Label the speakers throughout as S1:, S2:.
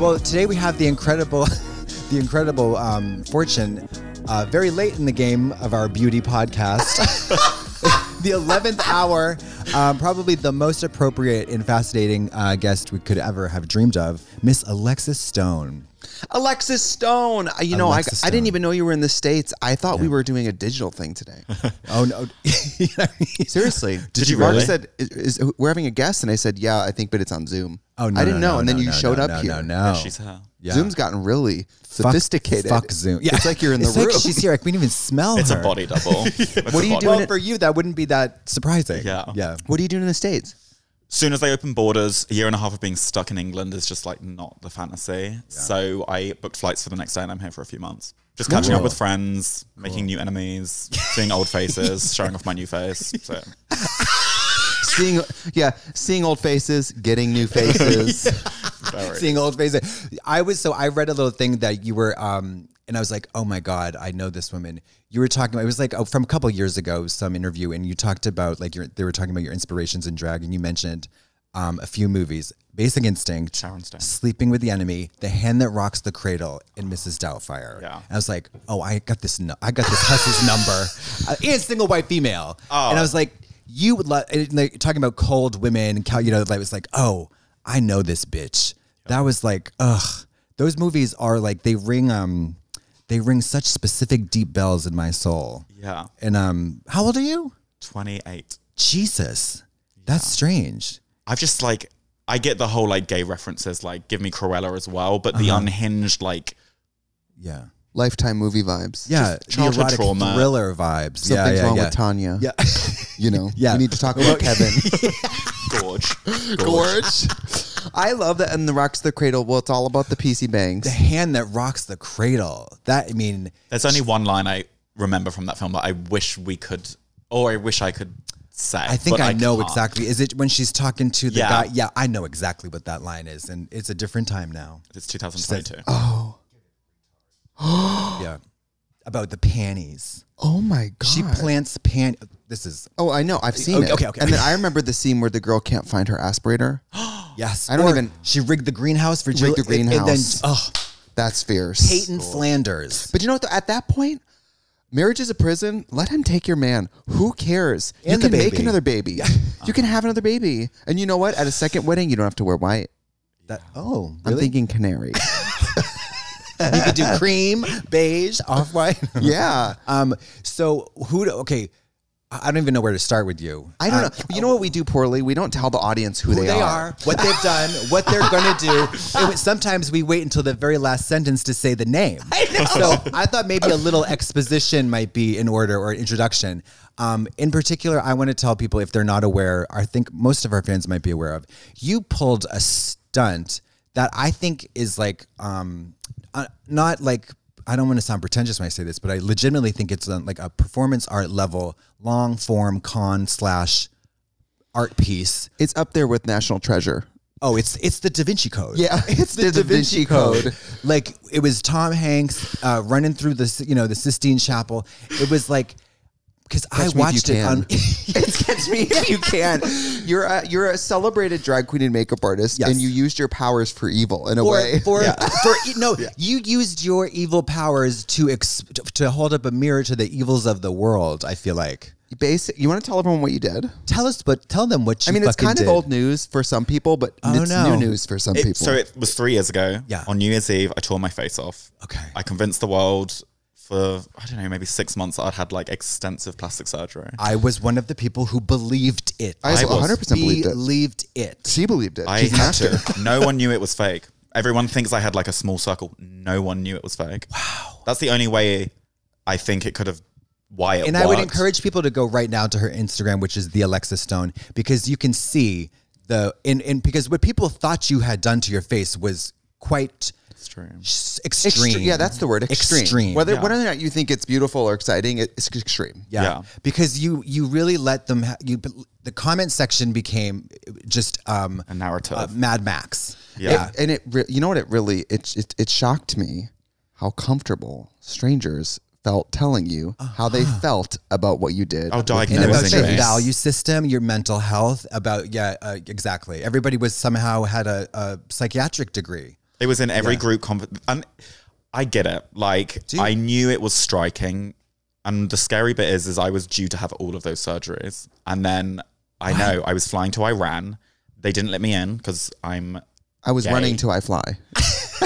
S1: Well, today we have the incredible, the incredible um, fortune, uh, very late in the game of our beauty podcast, the eleventh hour, um, probably the most appropriate and fascinating uh, guest we could ever have dreamed of, Miss Alexis Stone.
S2: Alexis Stone. I- You know, I,
S1: Alexis
S2: I didn't
S1: Stone.
S2: even know you were in the States. I thought we were doing a digital thing today.
S1: Oh no! You know what I mean?
S2: Seriously. Did
S1: you
S2: Mark
S1: really?
S2: said, is, is, we're having a guest. And I said, yeah, I think, but it's on Zoom.
S1: Oh no!
S2: I didn't
S1: no,
S2: know.
S1: no,
S2: and then
S1: no,
S2: you
S1: no,
S2: showed
S1: no,
S2: up
S1: no,
S2: here.
S1: No, no,
S3: She's how.
S1: Yeah.
S2: Zoom's gotten really
S1: Fuck-
S2: sophisticated.
S1: Fuck Zoom. Yeah.
S2: It's like you're in the
S1: It's
S2: room.
S1: Like she's here. Like we didn't even smell
S3: It's
S1: her.
S3: a body double.
S2: What do you do?
S1: Well,
S2: doing it-
S1: for you, that wouldn't be that surprising.
S3: Yeah.
S1: Yeah.
S2: What are you doing in the States?
S3: Soon as they open borders, a year and a half of being stuck in England is just like not the fantasy. So I booked flights for the next day, and I'm here for a few months, just catching up
S1: Cool.
S3: with friends, making new enemies, seeing old faces, showing off my new face. So
S2: Seeing, yeah, seeing old faces, getting new faces.
S3: don't worry.
S1: seeing old faces. I was so I read a little thing that you were um and I was like, "Oh my god, I know this woman." You were talking about it was like oh, from a couple years ago some interview and you talked about like your they were talking about your inspirations in drag and you mentioned um a few movies, Basic Instinct,
S3: Sharon Stone.
S1: Sleeping with the Enemy, The Hand That Rocks the Cradle, and Mrs. Doubtfire.
S3: Yeah.
S1: And I was like, "Oh, I got this nu- I got this hussy's number." Uh, and single white female. And I
S3: Oh.
S1: was like, you would love and, like, talking about cold women, cal- you know, like it was like, oh, I know this bitch. That was like, ugh. Those movies are like they ring um they ring such specific deep bells in my soul.
S3: yeah,
S1: And um how old are you?
S3: 28.
S1: Jesus. That's strange.
S3: I've just like I get the whole like gay references, like give me Cruella as well, but
S2: Uh-huh.
S3: the unhinged like
S1: Yeah.
S2: Lifetime movie vibes.
S1: Yeah, the
S3: childhood
S1: erotic
S3: trauma.
S1: thriller vibes.
S2: Something's
S1: yeah, yeah,
S2: wrong
S1: yeah.
S2: with Tanya.
S1: Yeah.
S2: You know,
S1: Yeah.
S2: we need to talk about Kevin.
S3: gorge,
S2: Gorge. I love that. And the Rocks the Cradle. Well, it's all about the PC bangs.
S1: the hand that rocks the cradle. That I mean,
S3: There's only one line I remember from that film that I wish we could, or I wish I could say.
S1: I think
S3: but
S1: I, know
S3: can't.
S1: exactly. Is it when she's talking to the
S3: Yeah.
S1: guy? Yeah, I know exactly what that line is, and it's a different time now.
S3: It's 2022.
S1: Oh, yeah, about the panties.
S2: Oh my god.
S1: She plants pan. This is
S2: Oh, I know. I've seen
S1: Okay,
S2: it.
S1: okay, okay.
S2: And then I remember the scene where the girl can't find her aspirator.
S1: yes.
S2: I don't
S1: or
S2: even-
S1: She rigged the greenhouse for
S2: Rigged the
S1: Julia- and- and then
S2: greenhouse.
S1: oh,
S2: That's fierce.
S1: Peyton Flanders.
S2: But you know what? though? At that point, marriage is a prison. Let him take your man. Who cares? you
S1: And the
S2: can make
S1: baby.
S2: another baby. you can have another baby. And you know what? At a second wedding, you don't have to wear white.
S1: That oh,
S2: I'm
S1: really?
S2: thinking canary.
S1: you could do cream, beige, off white.
S2: yeah.
S1: Um. So who? do- Okay. I I don't even know where to start with you.
S2: I
S1: Um,
S2: don't know. You know what we do poorly? We don't tell the audience who,
S1: who they, are. what they've done, what they're going to do. It was- sometimes we wait until the very last sentence to say the name. I know. So I thought maybe a little exposition might be in order or introduction. Um, in particular, I want to tell people if they're not aware, I think most of our fans might be aware of. You pulled a stunt that I think is like um, uh, not like I don't want to sound pretentious when I say this, but I legitimately think it's um, like a performance art level, long form con slash art piece
S2: It's up there with National Treasure.
S1: Oh, it's it's the Da Vinci Code.
S2: Yeah, it's the Da Vinci Code.
S1: Like it was Tom Hanks uh, running through the you know the Sistine Chapel. It was like because I
S2: Catch me if you
S1: watched it
S2: can.
S1: on.
S2: It's catch me if you can. You're a, you're a celebrated drag queen and makeup artist,
S1: Yes.
S2: and you used your powers for evil in a
S1: For,
S2: way.
S1: for, for e- no, you used your evil powers to ex- to- to hold up a mirror to the evils of the world. I feel like
S2: Basic. You want to tell everyone what you did?
S1: tell us, but tell them what you.
S2: I mean, it's
S1: fucking
S2: kind
S1: did.
S2: of old news for some people, but
S1: Oh,
S2: it's
S1: no.
S2: new news for some
S3: It-
S2: people.
S3: so it was three years ago.
S1: Yeah.
S3: On New Year's Eve, I tore my face off.
S1: Okay.
S3: I convinced the world for I don't know maybe six months that I'd had like extensive plastic surgery.
S1: I was one of the people who believed it.
S2: I
S3: I was
S2: 100 percent believed it.
S1: believed it.
S2: She believed it.
S3: I
S2: She's an
S3: had
S2: actor.
S3: to. No one knew it was fake. Everyone thinks I had like a small circle. No one knew it was fake. Wow. That's the only way I think it could have. Why it
S1: and I would
S3: worked.
S1: encourage people to go right now to her Instagram, which is the Alexa Stone, because you can see the and, and because what people thought you had done to your face was quite
S3: Extreme.
S1: s-
S2: Extre-
S1: extreme.
S2: yeah, that's the word. Extreme.
S1: Extreme.
S2: Whether whether or not you think it's beautiful or exciting, it- it's extreme.
S1: Yeah.
S3: Yeah.
S1: because you you really let them. Ha- you the comment section became just um,
S3: A narrative.
S1: uh, Mad Max.
S3: Yeah.
S2: It- and it, re- you know what? It really, it, it it shocked me how comfortable strangers felt telling you
S1: Uh-huh.
S2: how they felt about what you did.
S3: Oh,
S2: with
S3: diagnosing
S1: And
S2: them.
S1: about
S3: Amazing
S1: your
S3: race.
S1: value system, your mental health, about yeah, uh, exactly. Everybody was somehow had a, a psychiatric degree.
S3: It was in every group conv- and I get it. Like I knew it was striking, and the scary bit is, is I was due to have all of those surgeries, and then I know I was flying to Iran. They didn't let me in because I'm.
S2: I was
S3: Yay.
S2: running to I fly.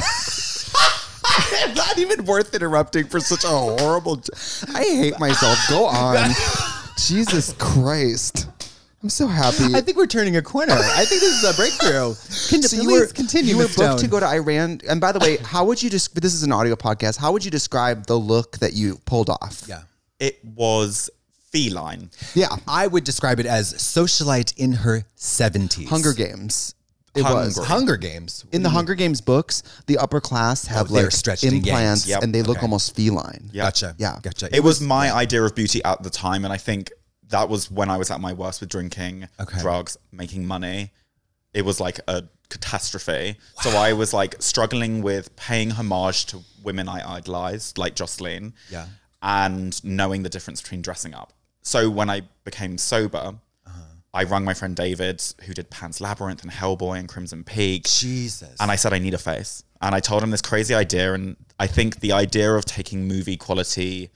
S2: Not even worth interrupting for such a horrible. j- I hate myself. Go on. Jesus Christ. I'm so happy.
S1: I think we're turning a corner. I think this is a breakthrough. Can,
S2: so you
S1: please
S2: were
S1: continue.
S2: You were
S1: Ms.
S2: booked to
S1: Stone.
S2: go to Iran, and by the way, how would you just? this is an audio podcast. How would you describe the look that you pulled off?
S1: Yeah.
S3: It was feline.
S2: yeah.
S1: I would describe it as socialite in her 70s.
S2: Hunger Games. It was
S3: Hungry.
S1: Hunger Mm. Games.
S2: in the Hunger Games books. The upper class have
S1: they're
S2: like
S1: stretched and yanked.
S2: implants, and,
S3: Yep.
S2: they look almost feline.
S3: Yeah.
S1: Gotcha.
S2: Yeah.
S1: Gotcha.
S3: It was my idea of beauty at the time, and I think that was when I was at my worst with drinking,
S1: Okay.
S3: drugs, making money. It was like a catastrophe. So I was like struggling with paying homage to women I idolized, like Jocelyn,
S1: Yeah.
S3: and knowing the difference between dressing up. So when I became sober,
S1: Uh-huh.
S3: I rang my friend David, who did Pan's Labyrinth and Hellboy and Crimson Peak.
S1: Jesus.
S3: And I said, I need a face. And I told him this crazy idea. And I think the idea of taking movie quality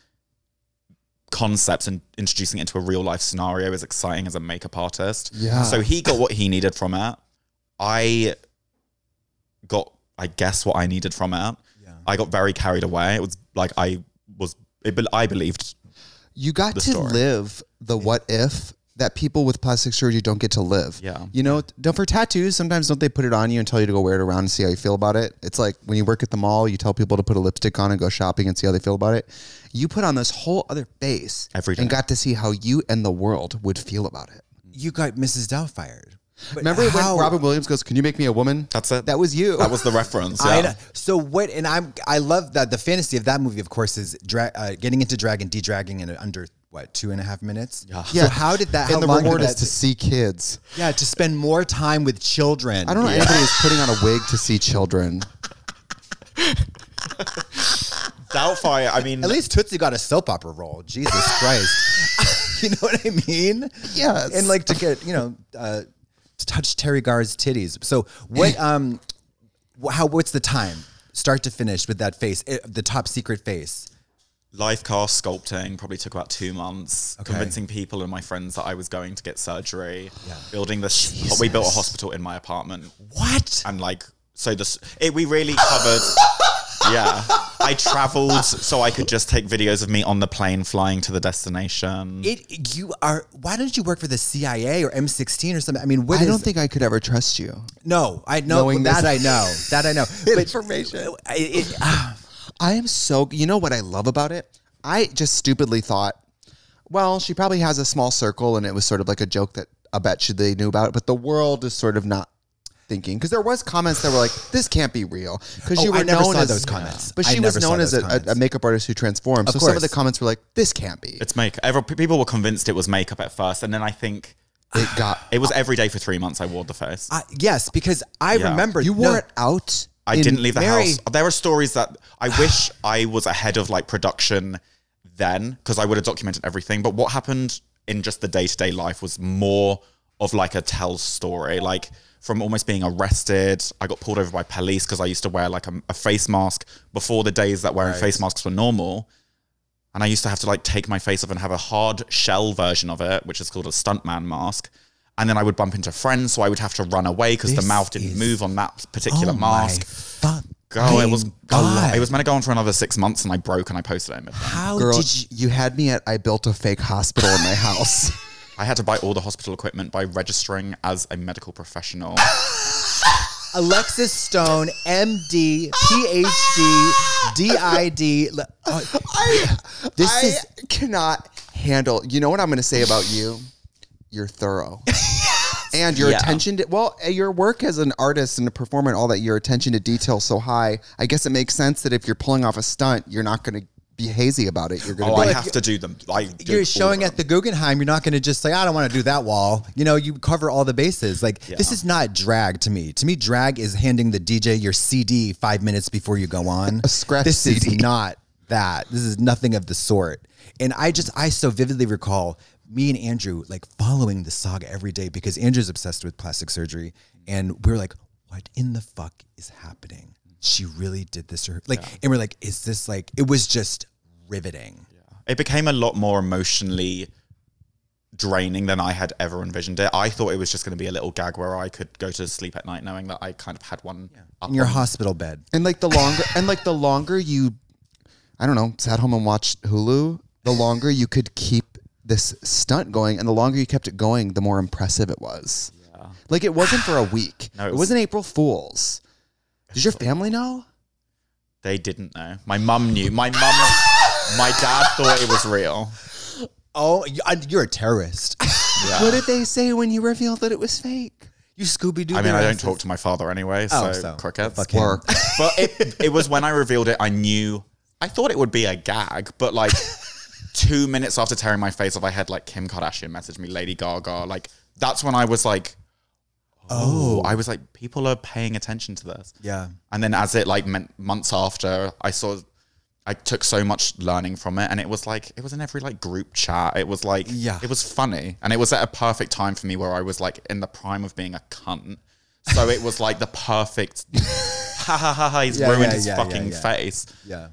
S3: concepts and introducing it into a real life scenario is exciting as a makeup artist.
S2: Yeah.
S3: So he got what he needed from it. I got, I guess, what I needed from it.
S1: Yeah.
S3: I got very carried away. It was like I was, it, be- I believed.
S2: You got
S3: The
S2: to
S3: story. Mm.
S2: live the what if that people with plastic surgery don't get to live.
S3: Yeah.
S2: You know, don't for tattoos, sometimes don't they put it on you and tell you to go wear it around and see how you feel about it? It's like when you work at the mall, you tell people to put a lipstick on and go shopping and see how they feel about it. You put on this whole other face
S3: Every
S2: and
S3: day.
S2: got to see how you and the world would feel about it.
S1: you got Mrs. Dow fired. But
S2: Remember
S1: how-
S2: when Robin Williams goes, Can you make me a woman?
S3: That's it.
S2: That was you.
S3: That was the reference.
S1: I
S3: Yeah.
S1: know. So what? And I'm. I love that. The fantasy of that movie, of course, is dra- uh, getting into drag and de-dragging in under what two and a half minutes. Yeah. So how did that? how
S2: and the
S1: long
S2: reward
S1: did
S2: is
S1: that-
S2: to see kids.
S1: yeah to spend more time with children.
S2: I don't know anybody who's putting on a wig to see children.
S3: Doubtfire. I mean,
S1: At least Tootsie got a soap opera role. Jesus Christ. you know what I mean?
S2: Yes.
S1: And like to get you know uh, to touch Terry Garr's titties. So what? Um, wh- how? What's the time? Start to finish with that face, eh, the top secret face.
S3: life cast sculpting probably took about two months
S1: Okay.
S3: convincing people and my friends that i was going to get surgery building this we built a hospital in my apartment
S1: What?
S3: and like so this it, we really covered yeah i traveled so i could just take videos of me on the plane flying to the destination
S1: It you are. Why don't you work for the CIA or M16 or something? I mean, what
S2: I don't
S1: is-
S2: think I could ever trust you.
S1: No, I know
S2: Knowing
S1: that. I
S2: this-
S1: know that. I know
S2: Information.
S1: But, it, it, ah,
S2: I am so. You know what I love about it? I just stupidly thought, well, she probably has a small circle, and it was sort of like a joke that I bet you they knew about it, but the world is sort of not thinking because there was comments that were like, this can't be real because
S1: Oh,
S2: you were
S1: I never
S2: known
S1: saw
S2: as
S1: those comments.
S2: but
S1: I
S2: she was
S1: never saw
S2: known as
S1: those
S2: a,
S1: comments.
S2: a, a makeup artist who transformed. so some
S1: course.
S2: of the comments were like, this can't be.
S3: it's makeup Every, people were convinced it was makeup at first and then i think
S2: It got.
S3: it was every day for three months i wore the face
S1: I- yes, because I
S3: Yeah.
S1: remember
S2: You
S1: no,
S2: wore it out.
S3: I
S2: in
S3: didn't leave the
S2: Mary-
S3: house. There are stories that I wish I was ahead of like production then because I would have documented everything. But what happened in just the day to day life was more of like a tell story. Like from almost being arrested, I got pulled over by police because I used to wear like a, a face mask before the days that wearing face masks were normal. And I used to have to like take my face off and have a hard shell version of it, which is called a stuntman mask. And then I would bump into friends, so I would have to run away because the
S1: This
S3: mouth didn't
S1: is-
S3: move on that particular
S1: Oh my
S3: mask.
S1: fuck!
S3: Girl, it was a
S1: God.
S3: lot. it was meant to go on for another six months, and I broke and I posted it. in midnight.
S1: How
S2: Girl,
S1: did you?
S2: you had me at I built a fake hospital in my house.
S3: I had to buy all the hospital equipment by registering as a medical professional.
S1: Alexis Stone, MD, PhD, DID. L- oh,
S2: I,
S1: This
S2: I
S1: is-
S2: cannot handle. You know what I'm going to say about you? You're thorough.
S4: fast.
S2: And your
S3: Yeah.
S2: attention to well, uh, your work as an artist and a performer and all that, your attention to detail is so high. I guess it makes sense that if you're pulling off a stunt, you're not going to be hazy about it. You're going
S3: Oh,
S2: to
S3: I
S2: be
S3: have to do them. I do all
S1: you're
S3: of
S1: showing
S3: them.
S1: at the Guggenheim, you're not going to just say, I don't want to do that wall. You know, you cover all the bases. Like, this is not drag to me. To me, drag is handing the DJ your CD five minutes before you go on.
S2: A scratch
S1: This is
S2: CD.
S1: not that. This is nothing of the sort. And I just, I so vividly recall me and Andrew like following the saga every day because Andrew's obsessed with plastic surgery. And we are like, what in the fuck is happening? She really did this to her. Like, and we're like, is this like, it was just riveting.
S3: it became a lot more emotionally draining than I had ever envisioned it. I thought it was just going to be a little gag where I could go to sleep at night knowing that I kind of had one up
S1: In your
S3: on-
S1: hospital bed.
S2: and like the longer and like the longer you, I don't know, sat home and watched Hulu, the longer you could keep this stunt going, and the longer you kept it going, the more impressive it was. Like it wasn't for a week.
S3: No, it
S2: it,
S3: was-
S2: was, not April Fool's. Did your family know?
S3: They didn't know. My mum knew. My mum, my dad thought it was real.
S1: Oh, you- I- you're a terrorist.
S2: What did they say when you revealed that it was fake?
S1: you Scooby Doo.
S3: I mean, I don't talk to my father anyway, so,
S1: Oh, so
S3: crickets.
S1: fuck him.
S3: Work. But it, it was when I revealed it, I knew, I thought it would be a gag, but like two minutes after tearing my face off, I had like Kim Kardashian message me, Lady Gaga. Like, that's when I was like, oh, I was like, people are paying attention to this.
S1: Yeah.
S3: And then as it like meant months after, I saw, I took so much learning from it, and it was like it was in every like group chat. It was like
S1: Yeah.
S3: it was funny, and it was at a perfect time for me where I was like in the prime of being a cunt. So it was like the perfect. Ha ha ha! ha he's
S1: Yeah,
S3: ruined
S1: yeah,
S3: his
S1: yeah, yeah,
S3: fucking
S1: yeah.
S3: face.
S1: Yeah.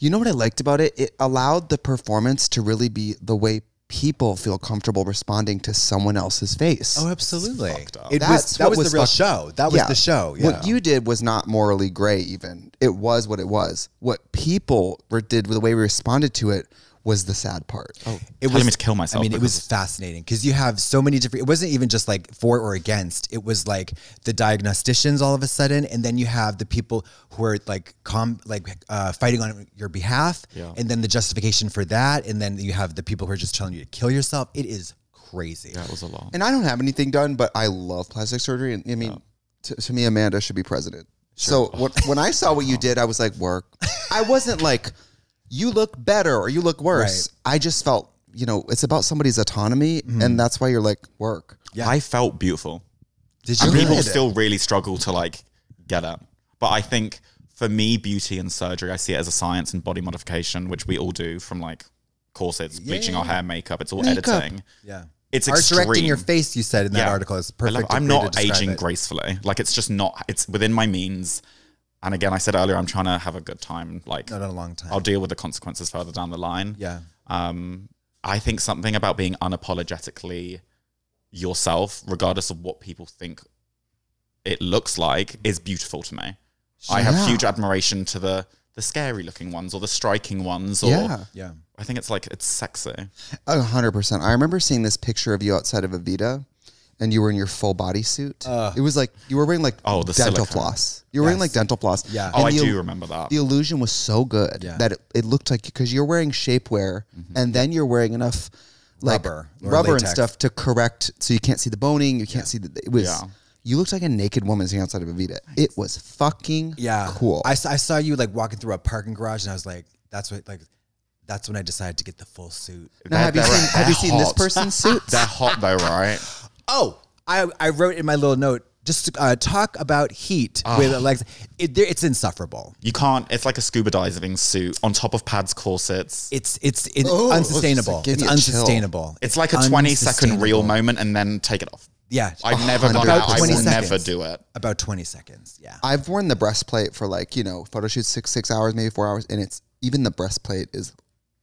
S2: You know what I liked about it? It allowed the performance to really be the way people feel comfortable responding to someone else's face.
S1: Oh, absolutely. It
S3: up.
S1: was,
S2: That's
S1: that
S2: what
S1: was,
S2: was
S1: the real
S2: fucked-
S1: show. That was the show. Yeah.
S2: What you did was not morally gray, even. It was what it was. What people were, did, the way we responded to it, was the sad part. Oh,
S1: it
S3: Telling me to kill myself
S1: I mean, it
S3: because
S1: was fascinating because you have so many different. It wasn't even just like for or against. It was like the diagnosticians all of a sudden, and then you have the people who are like com like uh, fighting on your behalf, and then the justification for that, and then you have the people who are just telling you to kill yourself. It is crazy.
S3: That was a lot.
S2: and I don't have anything done, but I love plastic surgery. And I mean, to, to me, Amanda should be president. So what, when I saw what you did, I was like, work. I wasn't like, you look better or you look worse. I just felt, you know, it's about somebody's autonomy,
S1: Mm-hmm.
S2: and that's why you're like, work.
S3: I felt beautiful.
S1: Did
S3: And people
S1: Good.
S3: still really struggle to like get it. But I think for me, beauty and surgery, I see it as a science and body modification, which we all do from like corsets, bleaching our hair, makeup. It's all
S2: Makeup.
S3: editing.
S1: Yeah.
S3: It's
S1: Art
S3: extreme.
S1: directing your face, you said in that article, is
S3: I love-
S1: perfect.
S3: I'm
S1: way to
S3: not
S1: describe
S3: aging
S1: it.
S3: gracefully. Like it's just not. It's within my means. And again, I said earlier, I'm trying to have a good time. Like
S1: Not in a long time.
S3: I'll deal with the consequences further down the line.
S1: yeah.
S3: Um, I think something about being unapologetically yourself, regardless of what people think it looks like, is beautiful to me. I
S2: Yeah.
S3: have huge admiration to the the scary looking ones or the striking ones. Or
S2: Yeah.
S1: Yeah.
S3: I think it's like it's sexy.
S2: A hundred percent. I remember seeing this picture of you outside of Avita, and you were in your full body suit. it was like you were wearing like
S3: Oh, the
S2: dental
S3: silicone.
S2: floss. You were wearing like dental floss.
S1: Yeah.
S3: Oh,
S2: And
S3: I
S2: the,
S3: do remember that.
S2: The illusion was so good
S1: Yeah.
S2: that it, it looked like because you're wearing shapewear,
S3: Mm-hmm.
S2: and then you're wearing enough like
S1: Rubber
S2: rubber,
S1: or
S2: and
S1: latex.
S2: stuff to correct, so you can't see the boning. You can't see the. It was.
S3: Yeah.
S2: You looked like a naked woman sitting outside of Avita. It was fucking
S1: Yeah.
S2: cool.
S1: I, s- I saw you like walking through a parking garage and I was like, that's what, like, that's when I decided to get the full suit.
S2: now,
S3: They're-
S2: have you
S3: they're-
S2: seen have you
S3: they're
S2: seen this
S3: hot.
S2: person's suit?
S3: They're hot though, right?
S1: Oh, I, I wrote in my little note, just uh, talk about heat
S3: Ah.
S1: with Alexa. It, there, it's insufferable.
S3: You can't. It's like a scuba diving suit on top of pads, corsets.
S1: It's it's it,
S2: Oh,
S1: unsustainable.
S2: it's
S1: It's
S2: giving you a chill.
S1: unsustainable.
S3: It's like a 20 second reel
S1: Unsustainable.
S3: moment and then take it off.
S1: Yeah,
S3: I've never done
S1: About
S3: that. I
S1: 20
S3: will
S1: seconds.
S3: never do it.
S1: about twenty seconds. Yeah,
S2: I've worn the breastplate for like you know photo shoots six six hours maybe four hours and it's even the breastplate is.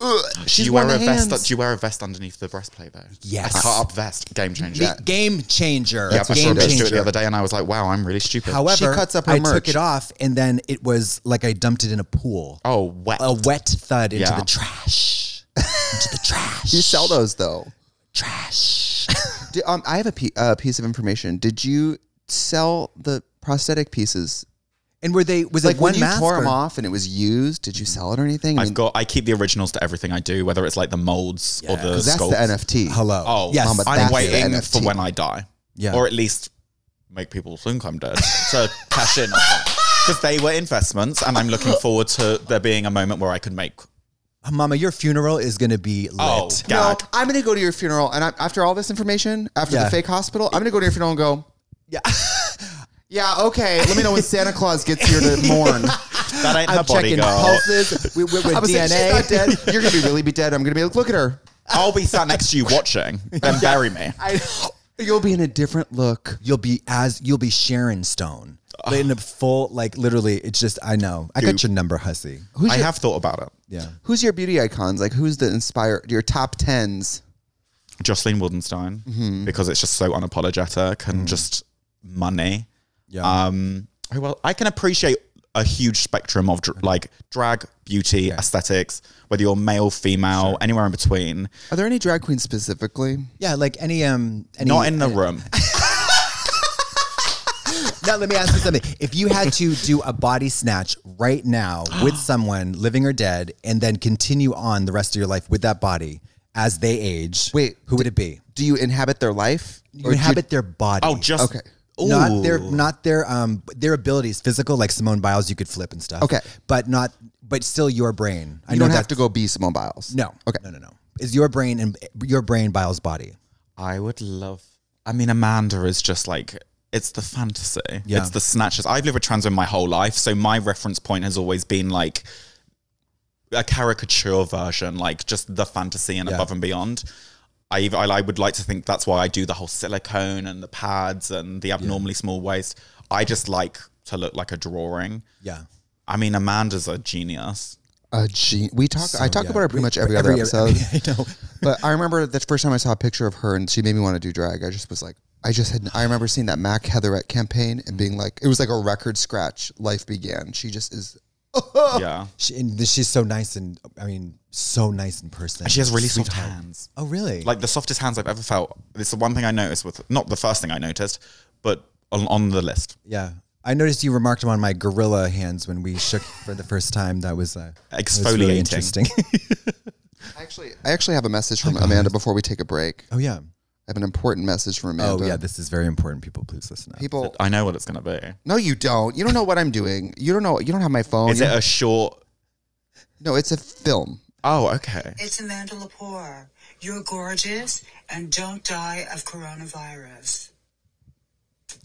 S2: Ugh,
S3: Do
S2: she's
S3: you wear
S2: worn
S3: a
S2: the hands.
S3: vest? Do you wear a vest underneath the breastplate though?
S1: Yes.
S3: A cut up vest. Game changer.
S1: The game changer.
S3: yeah, I saw a
S1: game
S3: bitch do it the
S1: changer.
S3: other day, and I was like, "Wow, I'm really stupid."
S1: However,
S2: She cuts up her
S1: I took
S2: merch.
S1: it off, and then it was like I dumped it in a pool.
S3: oh, wet.
S1: A wet thud into
S3: Yeah.
S1: the trash. into the trash.
S2: You sell those though.
S1: trash.
S2: Do, um, I have a pe- uh, piece of information. Did you sell the prosthetic pieces?
S1: and were they? Was
S2: Like
S1: it one
S2: when you
S1: mask?
S2: tore
S1: or-
S2: them off and it was used. Did you sell it or anything? I
S3: I've got. I keep the originals to everything I do, whether it's like the molds or the
S2: 'cause that's
S3: sculpts.
S2: the NFT.
S1: Hello.
S3: Oh,
S1: yes.
S2: Mama,
S3: I'm
S2: that's the
S3: waiting
S2: NFT.
S3: for when I die.
S1: Yeah.
S3: Or at least make people think I'm dead to cash in. Because they were investments, and I'm looking forward to there being a moment where I could make.
S1: Mama, your funeral is going to be lit.
S3: Oh,
S2: No,
S3: gag.
S2: I'm going to go to your funeral. And I, after all this information, after
S1: Yeah.
S2: the fake hospital, I'm going to go to your funeral and go,
S1: Yeah.
S2: yeah, okay. Let me know when Santa Claus gets here to mourn.
S3: That ain't her
S1: I'm
S3: body,
S1: checking
S3: girl.
S1: pulses. We, we, with
S2: I was like, she's not
S1: DNA.
S2: dead. You're going to be really be dead. I'm going to be like, look at her.
S3: I'll be sat next to you watching. Then bury me.
S2: I, you'll be in a different look.
S1: You'll be as you'll be Sharon Stone in a full like literally. It's just I know I got your number, hussy.
S2: Who's
S3: I
S2: your,
S3: have thought about it.
S1: Yeah.
S2: who's your beauty icons? Like, who's the inspire your top tens?
S3: Jocelyn Wildenstein,
S1: Mm-hmm.
S3: because it's just so unapologetic
S1: Mm.
S3: and just money.
S1: Yeah.
S3: Um, oh, well, I can appreciate a huge spectrum of dr- like drag, beauty, aesthetics, whether you're male, female, anywhere in between.
S2: Are there any drag queens specifically?
S1: yeah. Like any um. Any,
S3: Not in the room.
S1: Now let me ask you something. If you had to do a body snatch right now with someone living or dead, and then continue on the rest of your life with that body as they age,
S2: Wait,
S1: who would it be?
S2: Do you inhabit their life?
S1: You inhabit their body.
S3: Oh, just
S2: Okay.
S1: not their
S3: Ooh.
S1: not their um their abilities physical like Simone Biles you could flip and stuff.
S2: Okay.
S1: but not but still your brain. I
S2: You don't have
S1: that's-
S2: to go be Simone Biles.
S1: No.
S2: Okay.
S1: No. No. No. Is your brain and your brain Biles' body?
S3: I would love. I mean, Amanda is just like it's the fantasy.
S1: Yeah.
S3: It's the snatches. I've lived with trans women my whole life, so my reference point has always been like a caricature version, like just the fantasy and above and beyond. I, ev- I I would like to think that's why I do the whole silicone and the pads and the abnormally small waist. I just like to look like a drawing.
S1: Yeah.
S3: I mean, Amanda's a genius.
S2: A gen- we talk. I talk
S1: yeah.
S2: about her
S1: We-
S2: pretty much every,
S1: every-
S2: other episode.
S1: every- I know.
S2: But I remember the first time I saw a picture of her, and she made me want to do drag. I just was like, I just had. I remember seeing that Mac Heatherette campaign and being like, it was like a record scratch. Life began. She just is.
S1: Oh.
S3: Yeah,
S1: She, and she's so nice and I mean so nice in person.
S3: she has really
S1: Sweet
S3: soft
S1: heart.
S3: hands.
S1: Oh really?
S3: like the softest hands I've ever felt. It's the one thing I noticed with not the first thing I noticed, but on, on the list.
S1: yeah. I noticed you remarked on my gorilla hands when we shook for the first time. That was uh, that was really
S3: Exfoliating.
S1: interesting.
S2: Actually, I actually have a message from Amanda before we take a break.
S1: oh yeah.
S2: I have an important message from
S1: Oh
S2: Amanda.
S1: yeah. This is very important. People, please listen up.
S2: people.
S3: I know what it's gonna be.
S2: No, you don't. You don't know what I'm doing. You don't know. You don't have my
S1: Oh,
S2: phone.
S3: Is
S2: You
S3: it
S2: don't-
S3: a short?
S2: no, it's a film.
S3: Oh, okay.
S5: It's Amanda Lepore. You're gorgeous and don't die of coronavirus.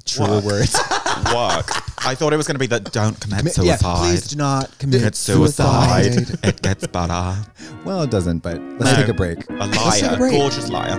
S1: True words.
S3: Work. I thought it was gonna be that. Don't commit
S1: Yeah,
S3: suicide.
S1: please do not commit
S3: Commit suicide.
S1: suicide.
S3: it gets better.
S1: Well, it doesn't, but let's
S3: No.
S1: take a break.
S3: A
S1: Let's take
S3: liar,
S1: break.
S3: gorgeous liar.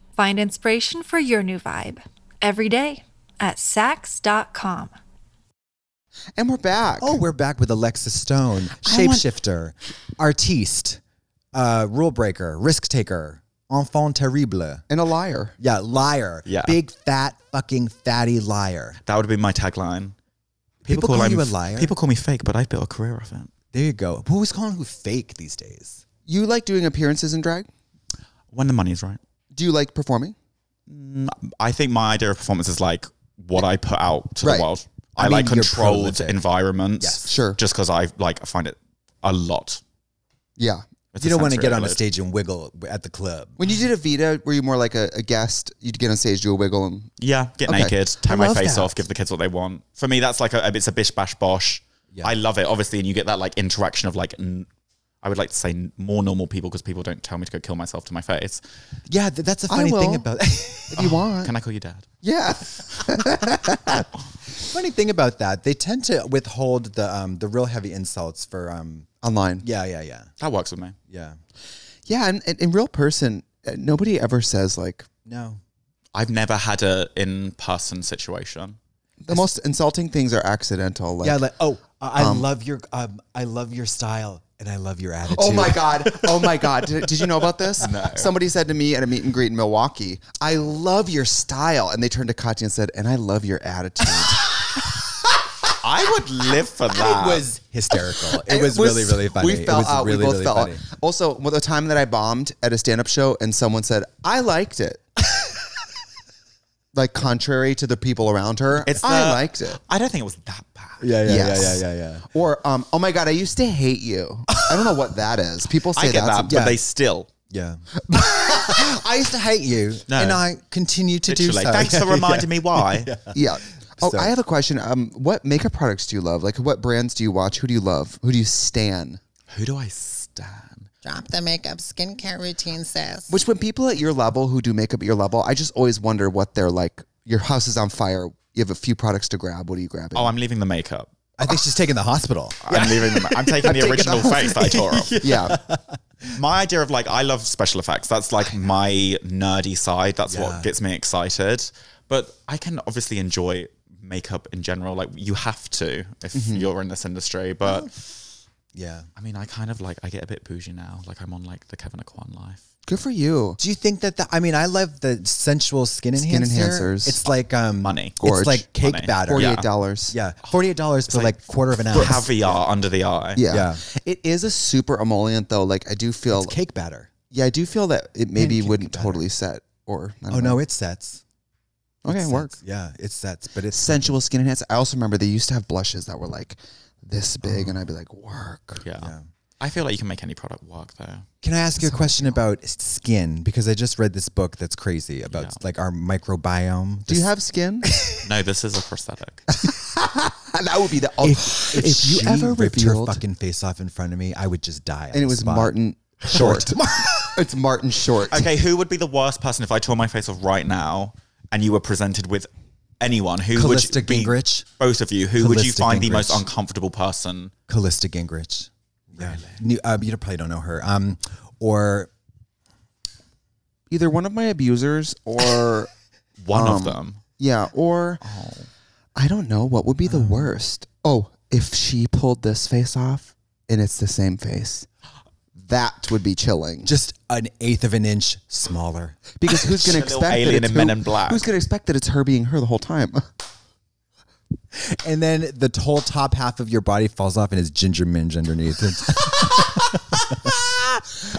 S4: Find inspiration for your new vibe every day at sax.com.
S2: And we're back.
S1: Oh, we're back with Alexa Stone,
S2: I want-
S1: shapeshifter, artiste, uh, rule breaker, risk taker, enfant terrible.
S2: and a liar.
S1: Yeah, liar.
S3: Yeah.
S1: Big fat fucking fatty liar.
S3: That would be my tagline.
S1: People call
S3: I'm-
S1: you a liar?
S3: People call me fake, but I've built a career off it.
S1: There you go. Who's calling who fake these days?
S2: You like doing appearances in drag?
S3: When the money's right.
S2: Do you like performing?
S3: I think my idea of performance is like what I put out to
S2: Right.
S3: the world.
S1: I
S3: I,
S1: mean,
S3: like
S1: you're
S3: controlled
S1: prolific.
S3: environments.
S1: Yes.
S2: Sure.
S3: Just because I like find it a lot.
S2: Yeah.
S3: It's
S1: you
S3: a
S1: don't want to
S3: sensory
S1: get on a
S3: overload.
S1: stage and wiggle at the club.
S2: When you did a Vita, were you more like a, a guest? You'd get on stage, do a wiggle, and
S3: Yeah, get
S2: Okay.
S3: naked, tear
S1: I
S3: my
S1: love
S3: face
S1: that.
S3: off, give the kids what they want. For me, that's like a it's a bish bash bosh. I love it, obviously, and you get that like interaction of like. N- I would like to say n- more normal people because people don't tell me to go kill myself to my face.
S1: Yeah, th- that's a
S2: I
S1: funny thing
S2: will.
S1: about
S2: if
S1: Oh,
S2: you want.
S3: Can I call you dad?
S2: yeah.
S1: funny thing about that. They tend to withhold the um, the real heavy insults for um,
S2: Online.
S1: yeah, yeah, yeah,
S3: That works with me.
S1: yeah.
S2: Yeah. And, and in real person, uh, nobody ever says like
S1: No,
S3: I've never had a in person situation.
S2: the most insulting things are accidental. Like,
S1: yeah, like oh, I I love your um, I love your style and I love your attitude.
S2: Oh my God. Oh my God. Did, did you know about this? Somebody said to me at a meet and greet in Milwaukee, I love your style. And they turned to Katya and said, and I love your attitude.
S3: I would live for
S1: It
S3: that.
S1: was Ah, hysterical. It, was, really, really funny.
S2: We fell
S1: it was
S2: out.
S1: really,
S2: we both
S1: really
S2: fell
S1: funny.
S2: out. Also, well, the time that I bombed at a stand-up show and someone said, I liked it. like contrary to the people around her.
S3: It's
S2: I
S3: the-
S2: liked it.
S3: I don't think it was that bad.
S1: Yeah, yeah,
S2: Yes.
S1: yeah, yeah, yeah, yeah.
S2: Or um, oh my god, I used to hate you. I don't know what that is. People say
S3: I get
S2: that.
S3: that,
S2: sometimes.
S3: but they still.
S1: Yeah. I used to hate you,
S3: No.
S1: and I continue to do so.
S3: Literally. Thanks for reminding me why.
S2: Yeah. Oh,
S1: So-
S2: I have a question. Um, what makeup products do you love? Like, what brands do you watch? Who do you love? Who do you stan?
S3: Who do I stand?
S6: Drop the makeup skincare routine, sis.
S2: Which, when people at your level who do makeup at your level, I just always wonder what they're like. Your house is on fire. You have a few products to grab. What are you grabbing?
S3: Oh, I'm leaving the makeup.
S1: I think she's taking the hospital.
S3: I'm leaving the. I'm taking the original face that I tore off.
S2: yeah.
S3: My idea of like, I love special effects. That's like my nerdy side. That's what gets me excited. But I can obviously enjoy makeup in general. Like you have to if
S2: Mm-hmm.
S3: you're in this industry. But
S1: Yeah.
S3: I mean, I kind of like I get a bit bougie now. Like I'm on like the Kevin Aquan life.
S2: Good for you.
S1: Do you think that the, I mean, I love the sensual skin,
S2: Skin
S1: enhancer.
S2: enhancers.
S1: It's like um,
S3: Money.
S2: Gorge.
S1: It's like cake
S3: Money.
S1: batter.
S2: Forty-eight
S1: Yeah.
S2: dollars.
S1: yeah. Forty-eight dollars for like, quarter of an ounce.
S3: Caviar under the eye.
S2: yeah.
S1: Yeah.
S2: It is a super emollient though. Like I do feel.
S1: It's cake batter.
S2: Yeah, I do feel that it maybe
S1: Pancake
S2: wouldn't
S1: batter.
S2: totally set. Or I don't
S1: Oh
S2: know.
S1: no, it sets.
S2: Okay,
S1: It
S2: work.
S1: sets. Yeah, it sets, but it's
S2: sensual skin enhance. I also remember they used to have blushes that were like this big, and I'd be like, work.
S3: yeah. I feel like you can make any product work though.
S1: Can I ask you a question about skin? Because I just read this book that's crazy about like our microbiome.
S2: Do you have skin?
S3: No, this is a prosthetic.
S2: that would be the. Oh,
S1: If, if, you
S2: she
S1: ever ripped
S2: revealed-
S1: her fucking face off in front of me, I would just die. on
S2: and it
S1: the
S2: was
S1: spot.
S2: Martin Short. it's Martin Short.
S3: Okay, who would be the worst person if I tore my face off right now and you were presented with anyone? Who
S1: Callista
S3: would be,
S1: Gingrich.
S3: Both of you. Who would you
S1: Callista
S3: find
S1: Gingrich.
S3: the most uncomfortable person?
S1: Callista Gingrich. Yeah, New- uh, you probably don't know her. Um, or
S2: Either one of my abusers, or
S3: One
S1: Um,
S3: of them.
S2: yeah, or I don't know what would be the worst. Oh, if she pulled this face off, and it's the same face. That would be chilling.
S1: just an eighth of an inch smaller.
S2: Because who's going to
S3: A little
S2: expect that
S3: alien
S2: it's
S3: in Men
S2: who-
S3: in Black.
S2: Who's going to expect that it's her being her the whole time?
S1: And then the whole top half of your body falls off and is ginger minge underneath. It's-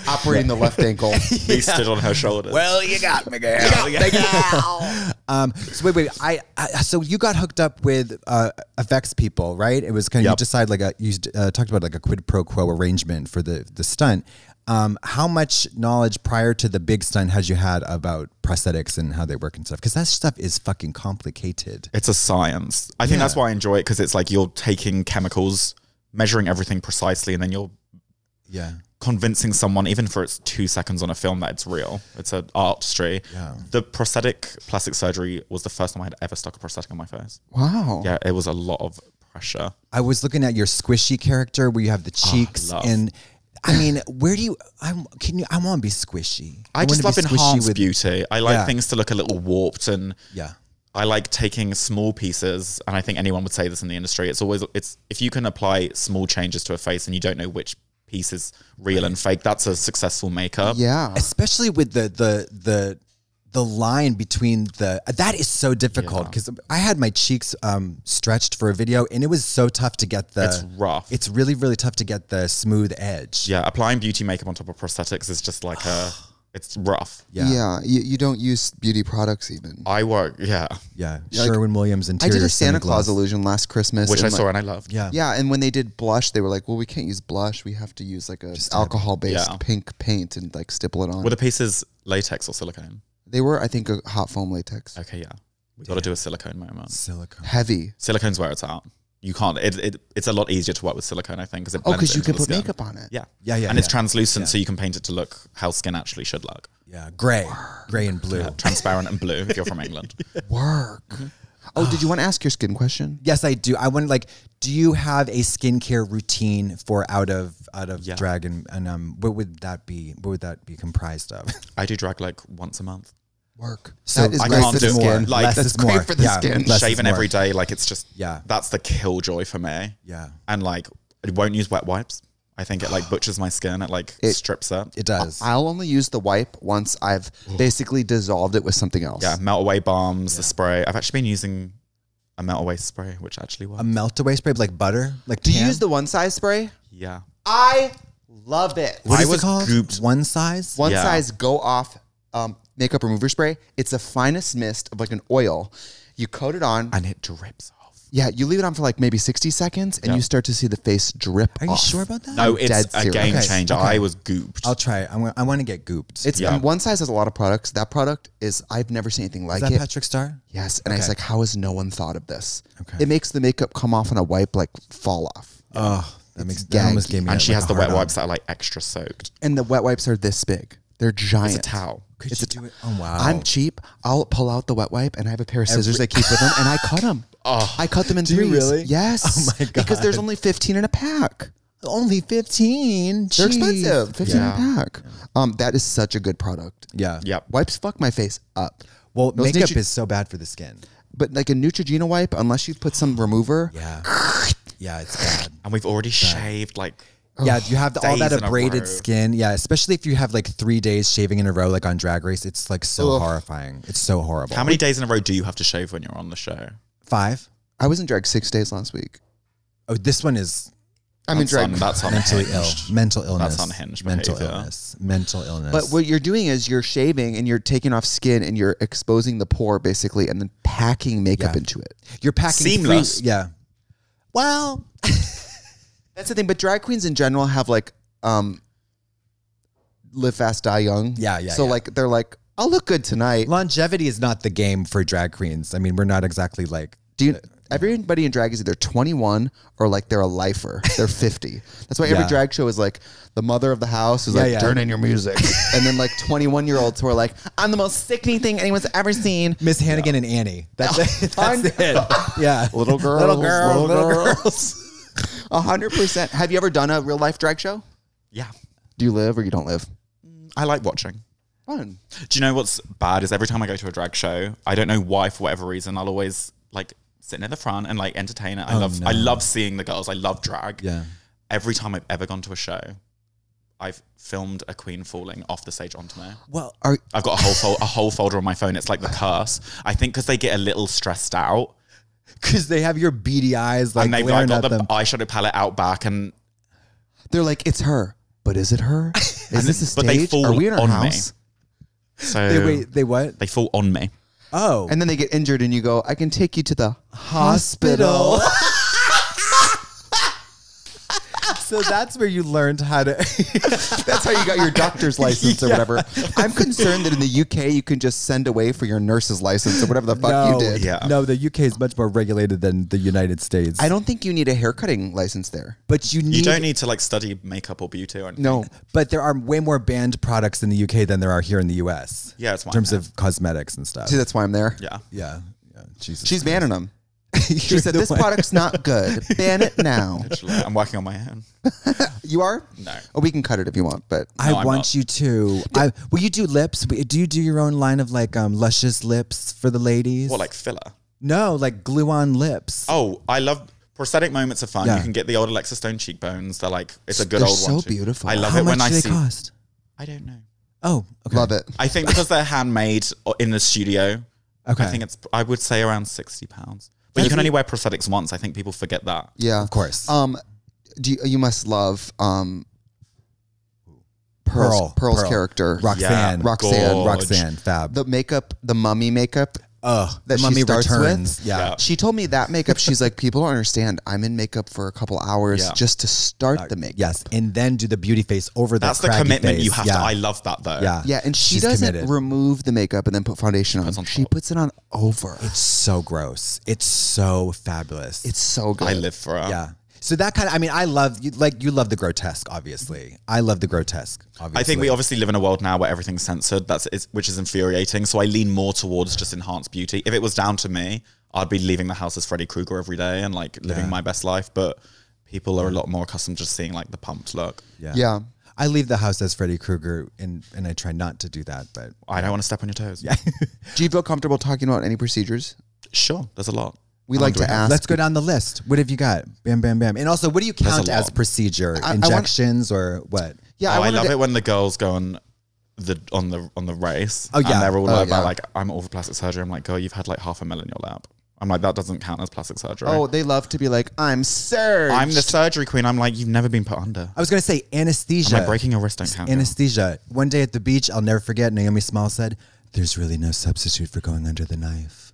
S2: Operating the left ankle.
S3: He stood on her shoulders.
S1: well, you got me, girl. You got me, girl. um, so wait, wait. I, I so you got hooked up with uh, effects people, right? It was kind of you
S3: Yep.
S1: decide like a you uh, talked about like a quid pro quo arrangement for the the stunt. Um, how much knowledge prior to the big stunt had you had about prosthetics and how they work and stuff? Because that stuff is fucking complicated.
S3: it's a science. I think that's why I enjoy it because it's like you're taking chemicals, measuring everything precisely, and then you're
S1: Yeah.
S3: convincing someone, even for its two seconds on a film, that it's real. It's an artistry. The prosthetic plastic surgery was the first time I had ever stuck a prosthetic on my face.
S2: Wow.
S3: Yeah, it was a lot of pressure.
S1: I was looking at your squishy character where you have the cheeks
S3: love.
S1: and I mean, where do you? I'm. Can you? I want to be squishy.
S3: I, just
S1: wanna
S3: love
S1: be squishy
S3: enhanced
S1: with-
S3: beauty. I like
S1: Yeah.
S3: things to look a little warped and
S1: Yeah.
S3: I like taking small pieces, and I think anyone would say this in the industry. It's always it's if you can apply small changes to a face and you don't know which piece is real and fake, that's a successful makeup.
S2: Yeah.
S1: especially with the the the the line between the that is so difficult because I had my cheeks um, stretched for a video and it was so tough to get the
S3: It's rough.
S1: It's really really tough to get the smooth edge.
S3: Yeah, applying beauty makeup on top of prosthetics is just like a it's rough.
S2: Yeah. You, you don't use beauty products even.
S3: I work, yeah,
S1: yeah.
S2: like-
S1: Sherwin Williams
S2: I
S1: interior.
S2: did a Santa
S1: Gloss.
S2: Claus illusion last Christmas.
S3: which
S2: and,
S3: I
S2: like-
S3: saw and I loved.
S1: Yeah.
S2: Yeah, and when they did blush, they were like, "Well, we can't use blush. We have to use like a alcohol-based
S3: yeah.
S2: pink paint and like stipple it on."
S3: Were the pieces latex or silicone?
S2: they were, I think, a hot foam latex,
S3: Okay, yeah. We got to do a silicone moment.
S1: silicone.
S2: heavy.
S3: Silicone's where it's at. You can't. It, it, it's a lot easier to work with silicone, I think, because it
S2: Oh, because
S3: blends it
S2: you
S3: into
S2: can
S3: the
S2: put
S3: skin.
S2: makeup on it.
S3: Yeah,
S1: Yeah, yeah,
S3: and it's
S1: yeah.
S3: translucent, so you can paint it to look how skin actually should look.
S1: Yeah, gray, gray and blue.
S3: transparent and blue if you're from England.
S2: Work.
S3: Mm-hmm.
S2: Oh, did you want to ask your skin question?
S1: Yes, I do. I want like, do you have a skincare routine for out of out of
S3: Yeah.
S1: drag and, and um, what would that be? What would that be comprised of?
S3: I do drag like once a month.
S2: Work.
S1: So
S2: that is
S3: I
S2: great
S3: can't
S2: for the
S3: do it.
S2: skin.
S3: Like,
S1: less
S3: that's
S1: is more
S2: great for the
S1: yeah,
S2: skin.
S1: less is
S3: Shaving
S1: more.
S3: every day, like it's just
S1: Yeah.
S3: That's the killjoy for me.
S1: Yeah.
S3: and like it won't use wet wipes. I think it like butchers my skin. It like
S2: It-
S3: strips it.
S1: It does.
S2: I'll only use the wipe once I've basically dissolved it with something else.
S3: yeah, melt away balms, the spray. I've actually been using a melt away spray, which actually works.
S1: a melt away spray like butter, like
S2: Do you
S1: tan?
S2: use the one size spray?
S3: yeah,
S2: I love it.
S1: What
S3: I
S1: is it
S3: was
S1: called?
S3: gooped-
S1: One size.
S2: one
S3: Yeah.
S2: size go off um, makeup remover spray. It's the finest mist of like an oil. You coat it on.
S3: and it drips off.
S2: yeah, you leave it on for like maybe 60 seconds and
S3: Yeah.
S2: you start to see the face drip.
S1: Are you
S2: off.
S1: sure about that?
S3: No,
S2: I'm dead
S3: it's a
S2: serious.
S3: game
S1: Okay,
S3: changer.
S1: okay.
S3: I was gooped.
S1: I'll try it. I'm gonna, I want to get gooped.
S2: It's
S3: Yeah.
S2: and one size has a lot of products. That product is I've never seen anything like
S1: is that
S2: it.
S1: Patrick Star?
S2: Yes, and I was
S1: Okay.
S2: like, how has no one thought of this?
S1: Okay.
S2: It makes the makeup come off on a wipe like fall off,
S1: Oh, that makes
S2: gaggy.
S1: that almost gave me.
S3: and
S1: a-
S3: she
S1: like
S3: has
S1: a
S3: the wet
S1: hard-on.
S3: wipes that are like extra soaked.
S2: and the wet wipes are this big. They're giant.
S3: It's a towel.
S1: Could you do it? Oh wow.
S2: I'm cheap. I'll pull out the wet wipe and I have a pair of scissors I keep with them and I cut them. I cut them in
S1: Oh. Do you
S2: threes.
S1: really?
S2: Yes.
S1: Oh my
S2: Because there's
S1: God.
S2: only 15 in a pack.
S1: only 15.
S2: They're
S1: Jeez.
S2: expensive. 15
S3: Yeah.
S2: in a pack. Um, that is such a good product.
S1: Yeah.
S3: Yep.
S2: Wipes fuck my face up.
S1: Well,
S2: Those
S1: makeup
S2: Nutri-
S1: is so bad for the skin.
S2: But like a Neutrogena wipe, unless you put some remover,
S1: Yeah. Yeah, it's bad.
S3: And we've already shaved like
S1: Yeah, you have the, all
S3: Days
S1: that
S3: in a row.
S1: abraded skin. Yeah, especially if you have like three days shaving in a row, like on Drag Race, it's like so horrifying. It's so horrible.
S3: how many days in a row do you have to shave when you're on the show?
S1: Five.
S2: I was in drag six days last week.
S1: Oh, this one is
S2: I'm in
S3: That's
S2: drag.
S3: un- that's
S1: mentally
S3: unhinged.
S1: ill. Mental illness.
S3: unhinged
S1: Mental
S3: behavior.
S1: illness. Mental illness.
S2: But what you're doing is you're shaving and you're taking off skin and you're exposing the pore basically and then packing makeup
S1: Yeah.
S2: into it.
S1: you're packing three-
S3: Seamless.
S1: yeah. Well,
S2: That's the thing, but drag queens in general have like um live fast, die young.
S1: Yeah, yeah,
S2: So
S1: yeah.
S2: like they're like, I'll look good tonight.
S1: longevity is not the game for drag queens. I mean, we're not exactly like
S2: Do you everybody in drag is either twenty one or like they're a lifer. They're fifty. That's why every
S1: Yeah.
S2: drag show is like the mother of the house is
S1: Yeah,
S2: like
S1: yeah.
S2: turn in your music. and then like twenty one year olds who are like, I'm the most sickening thing anyone's ever seen.
S1: Miss Hannigan and Annie. That's it.
S2: Un-
S1: That's it. Yeah.
S2: Little girls.
S1: Little girls. Little,
S2: girls. A hundred percent. Have you ever done a real life drag show?
S3: Yeah,
S2: Do you live or you don't live?
S3: I like watching.
S2: Fun.
S3: Do you know what's bad is every time I go to a drag show, I don't know why for whatever reason I'll always like sit near the front and like entertain it. I love I love seeing the girls. I love drag.
S1: Oh, Yeah.
S3: Every time I've ever gone to a show, I've filmed a queen falling off the stage onto me.
S1: Well,
S2: Are
S3: I've got a whole fol- a whole folder on my phone. It's like the curse. I think because they get a little stressed out
S1: because they have your beady eyes like
S3: and they've like
S1: glaring
S3: got
S1: at
S3: the
S1: them.
S3: eyeshadow palette out back and
S2: They're like, it's her. But is it her? Is this a
S3: but they
S2: stage?
S3: fall
S2: Are we in our
S3: on me.
S2: house?
S3: so
S1: They wait. They what?
S3: they fall on me.
S1: Oh,
S2: And then they get injured, and you go, I can take you to the hospital.
S1: hospital. so that's where you learned how to.
S2: That's how you got your doctor's license or whatever. I'm concerned that in the UK, you can just send away for your nurse's license or whatever the fuck you did.
S3: Yeah.
S1: No, the UK is much more regulated than the United States.
S2: I don't think you need a haircutting license there.
S1: but you need.
S3: You don't need to like study makeup or beauty or anything.
S2: No.
S1: But there are way more banned products in the UK than there are here in the US.
S3: Yeah, it's
S1: in
S3: why-
S1: terms of cosmetics and stuff.
S2: See, that's why I'm there.
S3: Yeah.
S1: yeah, yeah. Jesus.
S2: She's banning them. She said, This product's not good. Ban it now.
S3: Literally, I'm working on my own.
S2: You are?
S3: No.
S2: Oh, we can cut it if you want, but
S1: I
S3: No, I'm
S1: want
S3: not.
S1: you to. I, will you do lips? Do you do your own line of like um, luscious lips for the ladies?
S3: What like filler?
S1: no, like glue on lips.
S3: Oh, I love prosthetic moments are fun.
S1: Yeah.
S3: You can get the old Alexa Stone cheekbones. They're like it's a good
S2: They're
S3: old
S2: so
S3: one. too.
S2: beautiful.
S3: I love
S1: How
S3: it
S1: much
S3: when I
S1: do they
S3: see.
S1: cost?
S3: I don't know.
S1: Oh, okay.
S2: love it.
S3: I think because they're handmade or in the studio.
S1: Okay.
S3: I think it's. I would say around sixty pounds. But you can only wear prosthetics once. I think people forget that.
S2: Yeah.
S1: Of course.
S2: Um, do you, you must love um, Pearl's,
S1: Pearl.
S2: Pearl's
S1: Pearl.
S2: character.
S1: Roxanne.
S3: Yeah,
S2: Roxanne,
S3: gorge.
S1: Roxanne. Fab.
S2: The makeup, the mummy makeup.
S1: oh,
S2: that she
S1: mummy
S2: starts with?
S1: returns. Yeah.
S3: Yeah.
S2: She told me that makeup. She's like, people don't understand. I'm in makeup for a couple hours
S3: Yeah.
S2: just to start the makeup.
S1: Yes, and then do the beauty face over the.
S3: That's the
S1: craggy
S3: commitment
S1: face.
S3: you have
S1: yeah.
S3: to. I love that though.
S1: Yeah.
S2: Yeah, and she
S1: She's
S2: doesn't
S1: committed.
S2: remove the makeup and then put foundation on.
S3: on
S2: she
S3: top.
S2: puts it on over.
S1: so gross. It's so fabulous.
S2: It's so good.
S3: I live for her.
S1: yeah. So that kind of. I mean, I love you. Like you love the grotesque, obviously. I love the grotesque. Obviously.
S3: I think we obviously live in a world now where everything's censored. That's is, which is infuriating. So I lean more towards just enhanced beauty. If it was down to me, I'd be leaving the house as Freddy Krueger every day and like living my best life. But people are a lot more accustomed to just seeing like the pumped look.
S1: Yeah.
S2: Yeah.
S1: I leave the house as Freddy Krueger, and and I try not to do that, but
S3: I don't want to step on your toes. Yeah,
S2: Do you feel comfortable talking about any procedures?
S3: sure. There's a lot.
S2: We like to ask.
S1: Let's go down the list. What have you got? Bam, bam, bam. And also, what do you
S3: a
S1: count
S3: lot.
S1: as procedure?
S2: I want-
S1: Injections or what?
S2: Yeah,
S3: oh, I,
S2: wanted
S3: love
S2: to-
S3: it when the girls go on the on the on the race.
S1: Oh, yeah.
S3: and they're all
S2: Oh,
S3: about
S2: yeah.
S3: like I'm all for plastic surgery. I'm like, girl, you've had like half a mil in your lap. I'm like, that doesn't count as plastic surgery.
S2: Oh, they love to be like, I'm surged.
S3: I'm the surgery queen. I'm like, you've never been put under.
S1: I was going to say anesthesia.
S3: I'm like breaking your wrist don't count. girl.
S1: anesthesia. One day at the beach, I'll never forget, Naomi Small said, There's really no substitute for going under the knife.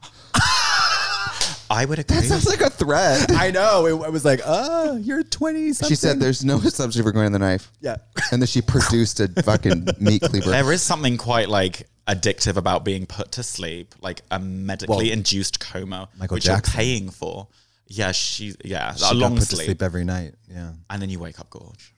S3: I would agree.
S2: That sounds like a threat.
S1: I know. It, I was like, Oh, you're 20 something.
S2: she said, "There's no substitute for going on the knife."
S1: Yeah.
S2: and then she produced a fucking meat cleaver.
S3: there is something quite like addictive about being put to sleep, like a medically
S1: Well,
S3: induced coma,
S1: Michael
S3: which
S1: Jackson.
S3: you're paying for. Yeah, she. Yeah,
S1: She
S3: a
S1: got
S3: long
S1: put
S3: sleep,
S1: to sleep every night. Yeah.
S3: and then you wake up gorge.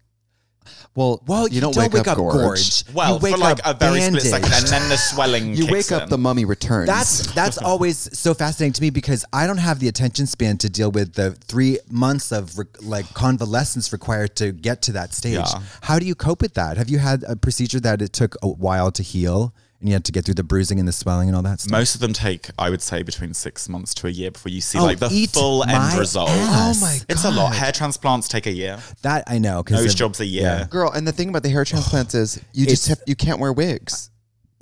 S2: Well,
S1: Well, you, don't, wake, up, gorge.
S3: Well,
S1: you wake
S3: for like
S1: up
S3: a very
S1: bandaged.
S3: split second, and then the swelling.
S2: You
S3: kicks
S2: wake up,
S3: in.
S2: the mummy returns.
S1: That's that's always so fascinating to me because I don't have the attention span to deal with the three months of re- like convalescence required to get to that stage.
S3: Yeah.
S1: How do you cope with that? Have you had a procedure that it took a while to heal and you had to get through the bruising and the swelling and all that stuff?
S3: Most of them take, I would say, between six months to a year before you see
S1: Oh,
S3: like the
S1: eat
S3: full
S1: my
S3: end result.
S1: ass. Oh my
S3: it's a lot. Hair transplants take a year.
S1: that I know because
S3: Nose jobs a year.
S2: girl. And the thing about the hair transplants is you just
S1: It's-
S2: have you can't wear wigs.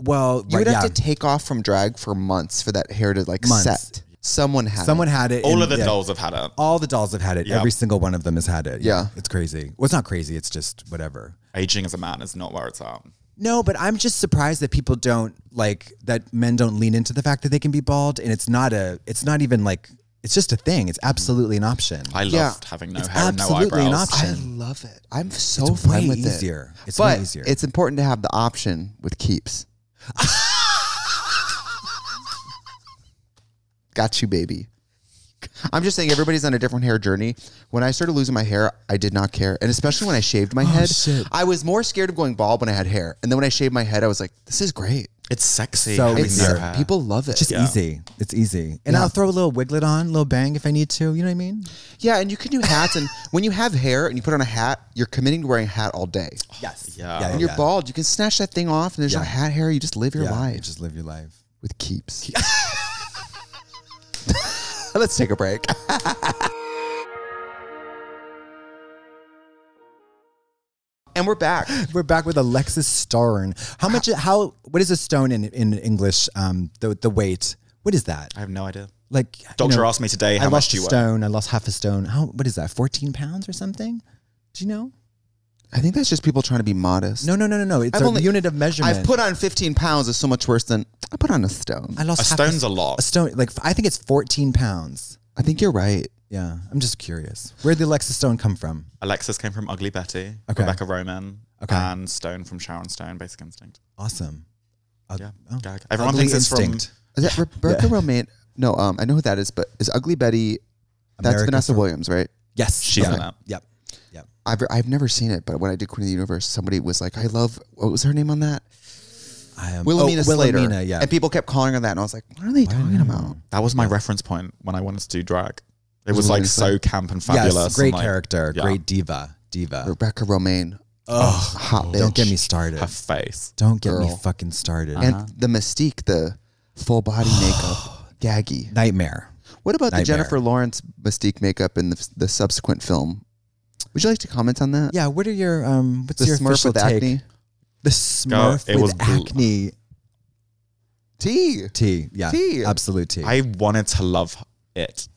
S1: Well,
S2: You
S1: right,
S2: would have
S1: yeah.
S2: to take off from drag for months for that hair to like
S1: Months.
S2: set. Someone had
S1: Someone
S2: it.
S1: had it.
S3: All
S1: and-
S3: of the
S1: yeah.
S3: dolls have had it.
S1: All the dolls have had it.
S3: Yeah.
S1: Every single one of them has had it.
S2: Yeah.
S1: It's crazy. Well, it's not crazy. It's just whatever.
S3: Aging as a man is not where it's at.
S1: No, but I'm just surprised that people don't like that men don't lean into the fact that they can be bald and it's not a it's not even like it's just a thing. It's absolutely an option.
S3: I loved
S2: Yeah.
S3: having no
S1: It's
S3: hair and no
S1: absolutely
S3: eyebrows.
S1: an
S2: I
S1: option.
S2: love it. I'm so
S1: It's
S2: fine
S1: way
S2: with it.
S1: easier. It's
S2: but
S1: way easier.
S2: It's important to have the option with keeps. Got you, baby. I'm just saying everybody's on a different hair journey. When I started losing my hair, I did not care. And especially when I shaved my head,
S1: Oh, shit.
S2: I was more scared of going bald when I had hair. And then when I shaved my head, I was like, this is great.
S3: It's sexy.
S1: So
S3: having
S1: It's
S3: no
S1: easier.
S3: hair.
S2: People love it.
S1: It's just
S3: Yeah.
S1: easy. It's easy. And
S2: Yeah.
S1: I'll throw a little wiglet on, a little bang if I need to. You know what I mean?
S2: yeah, and you can do hats. And when you have hair and you put on a hat, you're committing to wearing a hat all day.
S1: Yes.
S3: Yeah.
S1: Oh, Yeah.
S2: When you're bald, you can snatch that thing off and there's
S1: Yeah.
S2: no hat hair. You just live your
S1: Yeah,
S2: life.
S1: Just live your life.
S2: with keeps. Let's take a break. and we're back.
S1: We're back with Alexis Stone. How much how what is a stone in in English? Um the the weight. What is that?
S3: I have no idea.
S1: Like
S3: Doctor
S1: you know,
S3: asked me today
S1: I
S3: how much
S1: lost
S3: do you
S1: a
S3: weigh.
S1: stone. I lost half a stone. How? What is that? Fourteen pounds or something? Do you know?
S2: I think that's just people trying to be modest.
S1: No, no, no, no, no. It's
S2: I've
S1: a
S2: only-
S1: unit of measurement.
S2: I've put on 15 pounds is so much worse than I put on a stone.
S1: I lost
S3: A
S1: half
S3: stone's a lot.
S1: A stone, like I think it's fourteen pounds.
S2: I think you're right.
S1: Yeah, I'm just curious. Where would the Alexa Stone come from?
S3: Alexis came from Ugly Betty,
S1: Okay.
S3: Rebecca Roman,
S1: Okay.
S3: and Stone from Sharon Stone, Basic Instinct.
S1: Awesome. Ug-
S3: Yeah.
S1: oh.
S3: Gag. Everyone
S1: Ugly
S3: thinks it's from-
S1: instinct.
S2: Is that Roberta Romaine? No, um, I know who that is, but is Ugly Betty? That's
S1: America
S2: Vanessa Williams, right?
S1: Yes,
S3: She's
S1: yeah.
S3: in that.
S1: Yep, yep.
S2: I've I've never seen it, but when I did Queen of the Universe, somebody was like, "I love what was her name on that?"
S1: am-
S2: Wilhelmina
S1: oh,
S2: Slater.
S1: Wilhelmina, yeah.
S2: And people kept calling her that, and I was like, what are they talking about?
S3: That was my reference point when I wanted to do drag. It was like so camp and fabulous. Oh
S1: Yes, great
S3: and, like,
S1: character,
S3: yeah,
S1: great diva, diva.
S2: Rebecca Romaine,
S1: Uh, Ugh,
S2: hot bitch.
S1: don't get me started.
S3: Her Uh-huh. face.
S1: Don't get me
S2: Girl.
S1: fucking started.
S2: and the mystique, the full body makeup, gaggy.
S1: Nightmare.
S2: What about the
S1: Nightmare.
S2: Jennifer Lawrence mystique makeup in the, the subsequent film? Would you like to comment on that?
S1: Yeah, what are your um? What's
S2: the
S1: your
S2: Smurf
S1: official
S2: with
S1: take?
S2: acne.
S1: The Smurf
S3: it
S1: with
S3: was bl-
S1: acne.
S2: T.
S1: T. Yeah.
S2: Tea.
S1: Absolute T.
S3: I wanted to love it.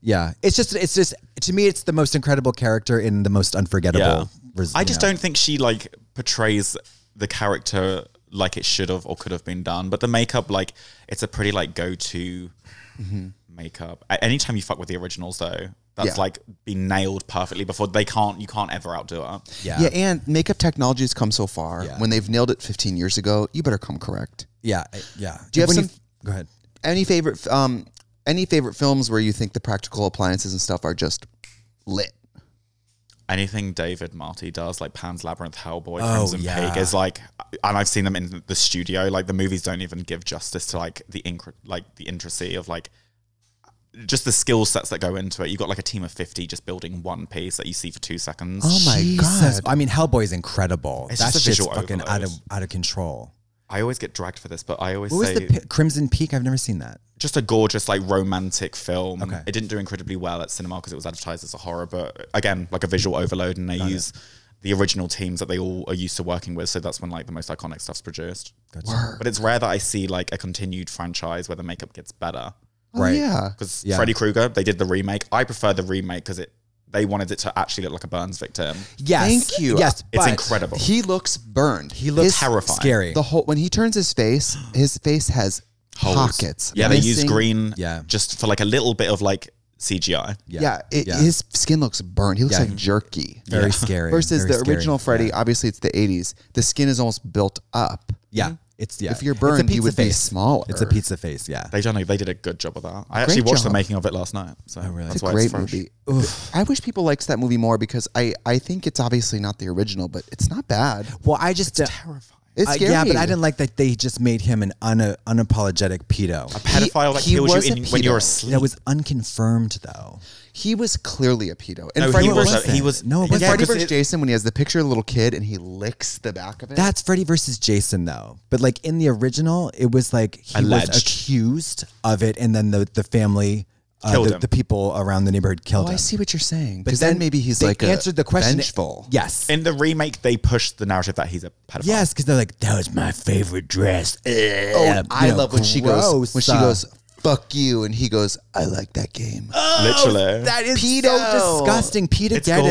S1: yeah. It's just. It's just. To me, it's the most incredible character in the most unforgettable.
S3: Yeah.
S1: res-
S3: I
S1: you
S3: just
S1: know.
S3: don't think she like portrays the character like it should have or could have been done. But the makeup, like, it's a pretty like go to Mm-hmm. makeup. A- anytime you fuck with the originals, though, that's
S2: Yeah.
S3: like been nailed perfectly before. They can't. You can't ever outdo it.
S1: Yeah.
S2: Yeah,
S1: Yeah.
S2: and makeup technology has come so far.
S1: Yeah.
S2: When they've nailed it 15 years ago, you better come correct.
S1: Yeah. I- yeah.
S2: Do you have
S1: When
S2: some-
S1: go ahead.
S2: Any favorite um any favorite films where you think the practical appliances and stuff are just lit?
S3: Anything David Marty does, like Pan's Labyrinth, Hellboy,
S1: Oh,
S3: Crimson
S1: yeah.
S3: Pig, is like, and I've seen them in the studio. Like the movies don't even give justice to like the incre- like the intricacy of like just the skill sets that go into it. You've got like a team of fifty just building one piece that you see for two seconds.
S2: Oh my
S1: Jesus.
S2: god.
S1: I mean, Hellboy's incredible.
S3: It's
S1: that
S3: just a
S1: shit's
S3: visual
S1: fucking out of
S3: overload.
S1: out of control.
S3: I always get dragged for this, but I always
S1: What was
S3: say
S1: the pi- Crimson Peak? I've never seen that.
S3: just a gorgeous like romantic film.
S1: Okay.
S3: It didn't do incredibly well at cinema because it was advertised as a horror, but again, like a visual overload, and they use the original teams that they all are used to working with. So that's when like the most iconic stuff's produced. But it's rare that I see like a continued franchise where the makeup gets better
S2: Oh,
S1: Right.
S2: Yeah.
S3: because
S1: Yeah.
S3: Freddy Krueger they did the remake. I prefer the remake because it they wanted it to actually look like a Burns victim.
S1: Yes.
S2: Thank you.
S1: Yes.
S3: It's
S1: but
S3: incredible.
S2: He looks burned.
S1: He looks
S2: His-
S3: terrifying.
S1: Scary.
S2: The whole when he turns his face, his face has
S3: Holes.
S2: pockets.
S3: Yeah, they use
S2: missing-
S3: green.
S1: Yeah.
S3: just for like a little bit of like CGI.
S2: Yeah, it, his skin looks burned. He looks
S1: Yeah.
S2: like jerky.
S1: very scary.
S2: Versus
S1: very
S2: the
S1: scary.
S2: original Freddy, obviously it's the 80s. The skin is almost built up.
S1: Yeah. It's yeah.
S2: If you're
S1: It's a
S2: burned, you
S1: pizza
S2: would be
S1: face.
S2: smaller.
S1: It's a pizza face. Yeah.
S3: They done. a- They did a good job of that. I actually watched the
S2: job.
S3: making of it last night. So
S1: Oh, really?
S3: that's
S2: It's a
S3: why
S2: great
S3: it's fresh.
S2: movie. I wish people liked that movie more because I, I think it's obviously not the original, but it's not bad.
S1: Well, I just don't-
S2: It's
S1: Uh,
S2: scary.
S1: yeah, but I didn't like that they just made him an una- unapologetic pedo.
S3: pedophile that
S2: he
S3: kills
S2: was
S3: you
S2: a
S3: in, when you're
S2: pedo.
S3: asleep.
S1: That was unconfirmed though.
S2: He was clearly a pedo. And
S3: No,
S2: Freddy
S3: he was.
S2: versus-
S3: A, he was.
S1: No, it
S2: when
S1: wasn't.
S2: Freddy
S3: because
S2: versus
S3: it-
S2: Jason, when he has the picture of the little kid and he licks the back of it.
S1: That's Freddy versus Jason though. But like in the original, it was like he
S3: Alleged.
S1: was accused of it, and then the the family, uh,
S3: Killed
S1: the,
S3: him.
S1: the people around the neighborhood
S2: oh,
S1: killed him.
S2: I see what you're saying. Because then, maybe he's
S1: they
S2: like a
S1: answered the question.
S2: vengeful.
S1: Yes.
S3: in the remake. They pushed the narrative that he's a pedophile.
S1: Yes, because they're like, that was my favorite dress.
S2: Oh,
S1: Oh,
S2: I love when she goes when she goes fuck you and he goes I like that game.
S3: Oh, literally.
S1: That is so
S2: Pedo.
S1: disgusting. Peter
S3: It's gorge.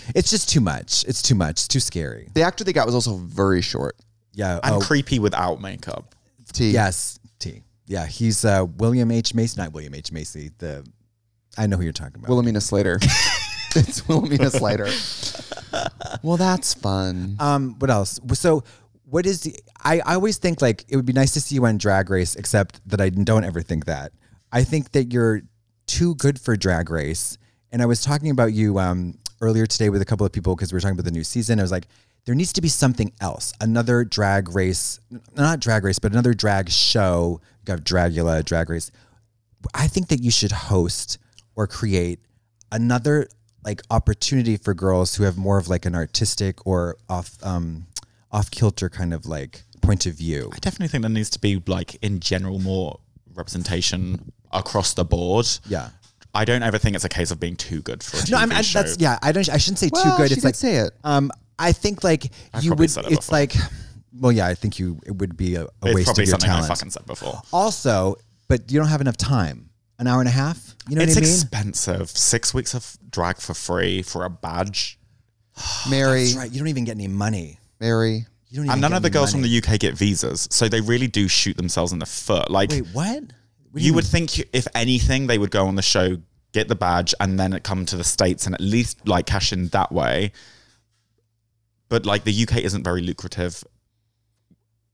S1: Geddon. It's just too much. It's too much. It's too scary.
S2: the actor they got was also very short.
S1: Yeah.
S3: and
S1: oh,
S3: creepy without makeup.
S2: T.
S1: yes. T. Yeah. He's uh, William H. Macy. Not William H. Macy. The I know who you're talking about.
S2: Wilhelmina Slater. it's Wilhelmina Slater. well, that's fun.
S1: Um, what else? So, what is the? I, I always think like it would be nice to see you on Drag Race, except that I don't ever think that. I think that you're too good for Drag Race. And I was talking about you um, earlier today with a couple of people because we were talking about the new season. I was like, there needs to be something else, another Drag Race, not Drag Race, but another drag show. You have Dragula, Drag Race. I think that you should host or create another like opportunity for girls who have more of like an artistic or off um off kilter kind of like point of view.
S3: I definitely think there needs to be like in general more representation across the board.
S1: Yeah.
S3: I don't ever think it's a case of being too good for a TV
S1: No, I'm I,
S3: show.
S1: that's yeah, I don't I shouldn't say too
S2: Well,
S1: good.
S2: she
S1: It's
S2: did
S1: like
S2: say it.
S1: um I think like you
S3: probably
S1: would
S3: said it
S1: it's
S3: before.
S1: like well yeah, I think you it would be a, a
S3: it's
S1: waste
S3: probably
S1: of your
S3: something
S1: talent.
S3: I fucking said before.
S1: also, but you don't have enough time. An hour and a half? You know
S3: it's
S1: what I mean?
S3: expensive. Six weeks of drag for free for a badge,
S2: Mary,
S1: That's right. You don't even get any money.
S2: Mary.
S1: You don't even
S3: and none
S1: get
S3: of the
S1: any
S3: girls
S1: money.
S3: from the UK get visas, so they really do shoot themselves in the foot. Like
S1: Wait, what? What do
S3: you, would think if anything they would go on the show get the badge and then come to the states and at least like cash in that way but like the uk isn't very lucrative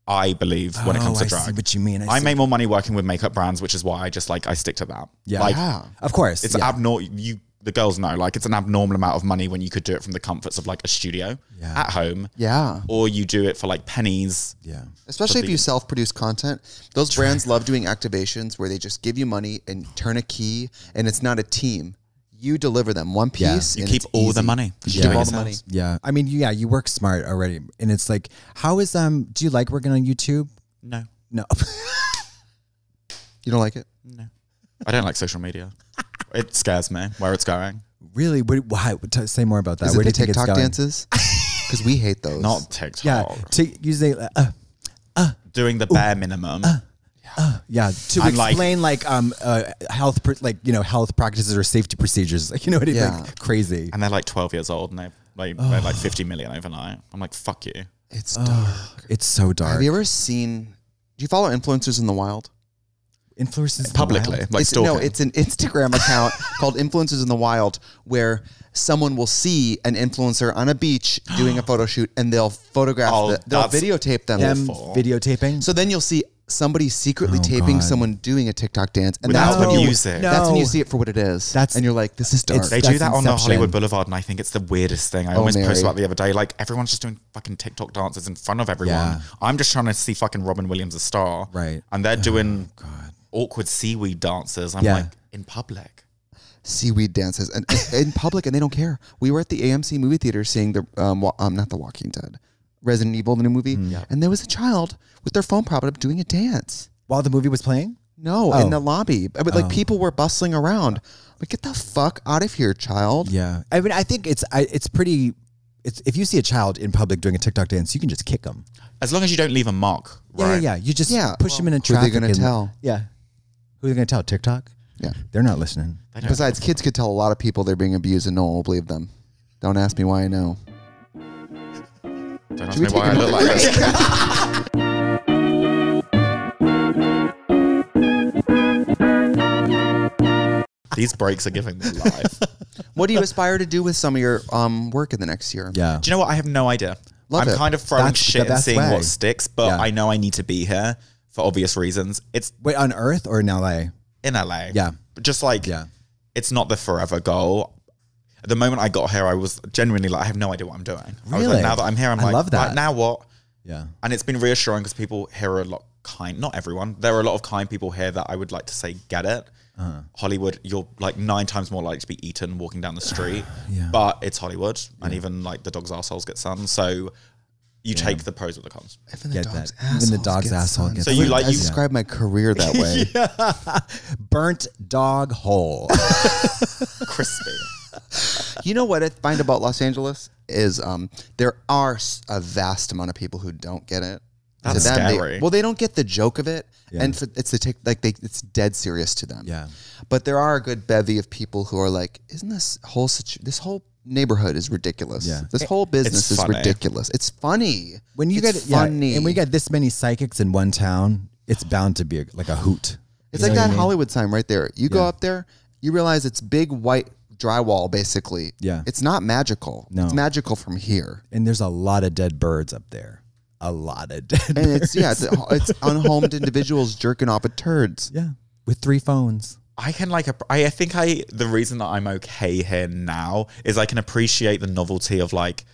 S3: i believe when it comes
S1: oh,
S3: to
S1: I see
S3: drag
S1: what you mean. I,
S3: i
S1: see.
S3: make more money working with makeup brands which is why i just like i stick to that
S1: Yeah.
S3: like
S2: Yeah.
S1: Of course.
S3: it's
S1: yeah.
S3: abnormal you the girls know, like it's an abnormal amount of money when you could do it from the comforts of like a studio at home.
S2: Yeah.
S3: Or you do it for like pennies.
S1: Yeah.
S2: Especially if you self produce content. Those brands love doing activations where they just give you money and turn a key, and it's not a team. You deliver them one
S1: Yeah.
S2: piece.
S3: You
S2: and
S3: keep
S2: it's
S3: all the
S2: easy.
S3: money. 'cause
S2: You
S3: you
S2: keep
S3: do it
S2: all the
S3: yourself.
S2: money.
S1: Yeah. I mean, yeah, you work smart already. And it's like, how is um do you like working on YouTube?
S3: No,
S1: No.
S2: You don't like it?
S3: no. I don't like social media. It scares me where it's going.
S1: really? What, why? T- say more about that.
S2: Is it
S1: Where do
S2: the
S1: you think it's
S2: TikTok
S1: going?
S2: dances? Because we hate those.
S3: Not TikTok.
S1: Yeah. T- you say, uh, uh,
S3: Doing the bare minimum.
S1: yeah. To
S3: I'm like-
S1: explain like, um uh, health pr- like you know health practices or safety procedures. Like you know what I mean?
S2: Yeah.
S1: Like, crazy.
S3: and they're like 12 years old and they like they're like 50 million overnight. I'm like, fuck you.
S2: It's dark.
S1: It's so dark.
S2: Have you ever seen? Do you follow influencers in the wild?
S1: Influences
S3: Publicly,
S1: wild?
S3: like
S2: it's,
S3: stalking.
S2: no, it's an Instagram account called Influencers in the Wild, where someone will see an influencer on a beach doing a photo shoot, and they'll photograph,
S3: Oh,
S2: the, they'll
S3: that's
S2: videotape them.
S1: them
S3: awful.
S1: videotaping.
S2: So then you'll see somebody secretly
S1: Oh,
S2: taping
S1: God.
S2: someone doing a TikTok dance, and
S3: Without
S2: that's when
S3: the
S2: you
S3: music.
S1: No.
S2: that's when you see it for what it is.
S1: That's-
S2: and you're like, this is dark.
S1: It's-
S3: They
S1: That's
S3: do that on the
S1: Inception.
S3: Hollywood Boulevard, and I think it's the weirdest thing. I
S2: Oh,
S3: almost
S2: Mary.
S3: posted about it the other day. Like everyone's just doing fucking TikTok dances in front of everyone.
S1: Yeah.
S3: I'm just trying to see fucking Robin Williams a star,
S1: Right.
S3: And they're doing awkward seaweed dances. I'm
S1: Yeah.
S3: like in public.
S2: Seaweed dances and in public, and they don't care. We were at the AMC movie theater seeing the um, wa- um not the Walking Dead, Resident Evil, the new movie, and there was a child with their phone propped up doing a dance.
S1: While the movie was playing?
S2: No,
S1: Oh.
S2: in the lobby. But like people were bustling around. Like, get the fuck out of here, child.
S1: Yeah. I mean, I think it's I, it's pretty. It's if you see a child in public doing a TikTok dance, you can just kick them.
S3: As long as you don't leave a mark,
S1: Yeah,
S3: right?
S1: yeah, yeah. You just
S2: Yeah.
S1: push them in a
S2: Who are they
S1: traffic.
S2: gonna
S1: and-
S2: tell?
S1: Yeah. Who are they going to tell? TikTok?
S2: Yeah.
S1: They're not listening.
S3: They don't-
S2: Besides, kids could tell a lot of people they're being abused and no one will believe them. Don't ask me why I know.
S3: don't ask
S2: Should we
S3: me why I
S2: take
S3: look like this. These breaks are giving me life.
S2: What do you aspire to do with some of your um, work in the next year?
S1: Yeah.
S3: Do you know what? I have no idea.
S2: Love
S3: I'm
S2: it.
S3: kind of throwing
S1: That's the
S3: shit and
S1: best
S3: seeing
S1: way.
S3: what sticks, but
S1: Yeah.
S3: I know I need to be here for obvious reasons. It's
S1: Wait, on Earth or in LA?
S3: in LA.
S1: Yeah.
S3: Just like
S1: Yeah.
S3: it's not the forever goal. At the moment I got here, I was genuinely like, I have no idea what I'm doing. I was
S1: Really?
S3: like, now that I'm here, I'm
S1: I
S3: like,
S1: love that.
S3: right, now what?
S1: Yeah.
S3: And it's been reassuring because people here are a lot kind. Not everyone. There are a lot of kind people here that I would like to say get it. Hollywood, you're like nine times more likely to be eaten walking down the street.
S1: Yeah.
S3: But it's Hollywood, and even like the dog's assholes get sun. So you take the pros with the cons.
S2: Even
S1: Get that. Even the dog's asshole gets
S3: So you like-
S2: I
S3: you-
S2: describe my career that way.
S1: burnt dog hole.
S3: Crispy.
S2: You know what I find about Los Angeles is um, there are s- a vast amount of people who don't get it.
S3: That's
S2: to them, they-
S3: scary.
S2: well, they don't get the joke of it,
S1: Yeah.
S2: and for, it's to take like they it's dead serious to them.
S1: Yeah.
S2: but there are a good bevy of people who are like, "Isn't this whole situ- this whole neighborhood is ridiculous?
S1: Yeah.
S2: This whole business is
S3: funny.
S2: ridiculous. It's funny
S1: when you
S2: it's
S1: get yeah,
S2: funny,
S1: and we got this many psychics in one town, it's bound to be a, like a hoot.
S2: It's
S1: You know
S2: like
S1: what
S2: that
S1: I mean?
S2: Hollywood sign right there. You go up there, you realize it's big white drywall basically.
S1: Yeah.
S2: it's not magical.
S1: No.
S2: it's magical from here.
S1: And there's a lot of dead birds up there. A lot of dead.
S2: and
S1: birds.
S2: it's yeah, it's, it's unhomed individuals jerking off at turds.
S1: yeah, with three phones.
S3: I can like. app- I I think I. The reason that I'm okay here now is I can appreciate the novelty of like.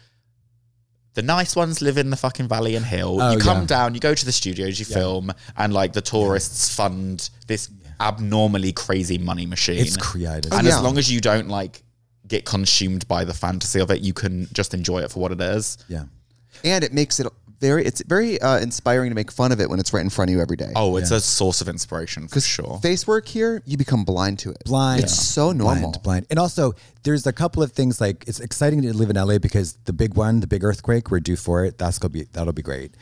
S3: The nice ones live in the fucking valley and hill.
S1: Oh,
S3: you come
S1: yeah.
S3: down, you go to the studios, you film, and like the tourists fund this abnormally crazy money machine.
S1: It's Oh, creative.
S3: and
S2: yeah.
S3: as long as you don't like get consumed by the fantasy of it, you can just enjoy it for what it is.
S1: yeah.
S2: And it makes it very it's very uh, inspiring to make fun of it when it's right in front of you every day.
S3: Oh, it's a source of inspiration for sure.
S2: Face work here, you become blind to it.
S1: blind.
S2: It's so normal.
S1: Blind, blind. And also, there's a couple of things like it's exciting to live in LA because the big one, the big earthquake, we're due for it. That's gonna be that'll be great.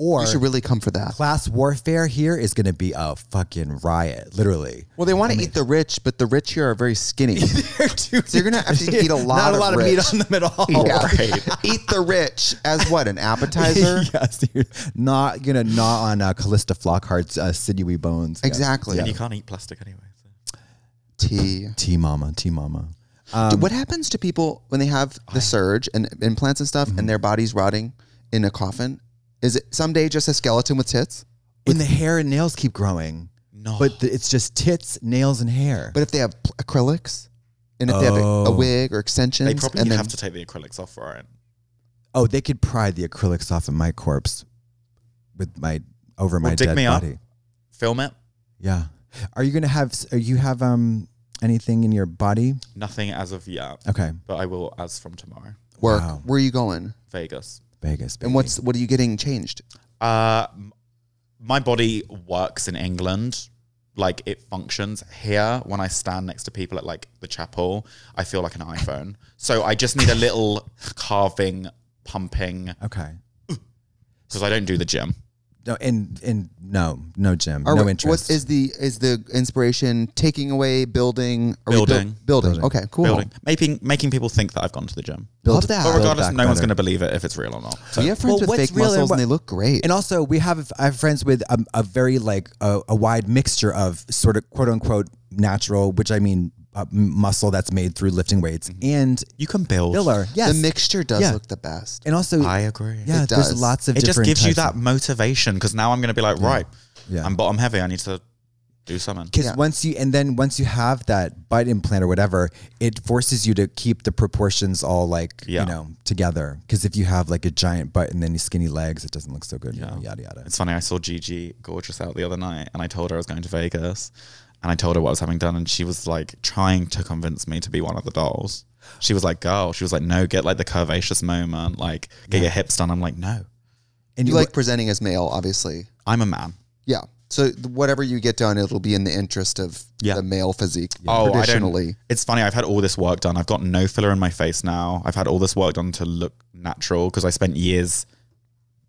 S1: Or
S2: You should really come for that.
S1: class warfare here is gonna be a fucking riot, literally.
S2: Well, they want to eat the rich, but the rich here are very skinny. so you're gonna have to eat a lot.
S1: Not a
S2: of
S1: lot of,
S2: rich.
S1: meat on them at all.
S2: Yeah. eat the rich as what an appetizer.
S1: yes, dude. Not gonna gnaw on uh, Callista Flockhart's uh, sinewy bones. Yeah.
S2: Exactly.
S3: And you can't eat plastic anyway. so.
S2: Tea.
S1: T mama, T mama. Um,
S2: Dude, what happens to people when they have the surge and implants and
S3: Mm-hmm.
S2: stuff, and their body's rotting in a coffin? Is it someday just a skeleton with tits?
S1: And the hair and nails keep growing.
S3: No.
S1: But the, it's just tits, nails, and hair.
S2: But if they have pl- acrylics, And if they have a, a
S1: Oh.
S2: wig or extensions,
S3: They probably
S2: and then-
S3: have to take the acrylics off for it.
S1: Oh, they could pry the acrylics off of my corpse with my over my
S3: Well, dig
S1: dead
S3: me up.
S1: body.
S3: Film it.
S1: Yeah. Are you gonna have? Are you have um anything in your body?
S3: Nothing as of yet,
S1: Okay,
S3: but I will as from tomorrow.
S2: work.
S1: Wow.
S2: Where are you going?
S3: Vegas.
S1: Vegas. Baby.
S2: And what's what are you getting changed?
S3: Uh, m- my body works in England. Like it functions here. When I stand next to people at like the chapel, I feel like an iPhone. So I just need a little carving, pumping
S1: okay?
S3: because I don't do the gym.
S1: No, and and no, no, Jim,
S2: Are
S1: no
S2: we-
S1: interest.
S2: What is the is the inspiration taking away building? Are we buil-
S3: Building.
S2: building.
S1: Building.
S2: Okay, cool.
S3: Building, making making people think that I've gone to the gym.
S2: Love that.
S3: But
S2: Build
S3: regardless,
S1: back
S3: no one's
S1: better.
S3: going to believe it if it's real or not. So-
S2: We have
S1: Well,
S2: friends with
S1: what's
S2: fake
S1: real and
S2: muscles and,
S1: what-
S2: they look great.
S1: And uh, also, we have I have friends with um, a, a very like a, a wide mixture of sort of quote unquote natural, which I mean uh, m- muscle that's made through lifting weights and
S3: you can build.
S1: filler. Yes,
S2: Mm-hmm. The mixture does
S1: Yeah.
S2: look the best.
S1: and also
S3: I agree.
S1: Yeah,
S2: It
S1: there's
S2: does.
S1: lots of
S3: it just
S1: different
S3: gives you
S1: types
S3: that
S1: of-
S3: motivation because now I'm going to be like, right,
S1: Yeah.
S3: I'm bottom heavy. I need to do something.
S1: Because
S2: Yeah.
S1: once you and then once you have that butt implant or whatever, it forces you to keep the proportions all like
S3: Yeah.
S1: you know together. Because if you have like a giant butt and then you skinny legs, it doesn't look so good. You know, yada yada.
S3: It's funny. I saw Gigi gorgeous out the other night, and I told her I was going to Vegas, and I told her what I was having done, and she was like trying to convince me to be one of the dolls. She was like, "Girl," she was like, "No, get like the curvaceous moment, like get your hips done." I'm like, "No,
S1: and
S2: You like presenting as male, obviously.
S3: I'm a man."
S2: Yeah. So th- whatever you get done, it'll be in the interest of
S3: Yeah.
S2: the male physique.
S3: Oh, I
S2: traditionally.
S3: don't. It's funny. I've had all this work done. I've got no filler in my face now. I've had all this work done to look natural because I spent years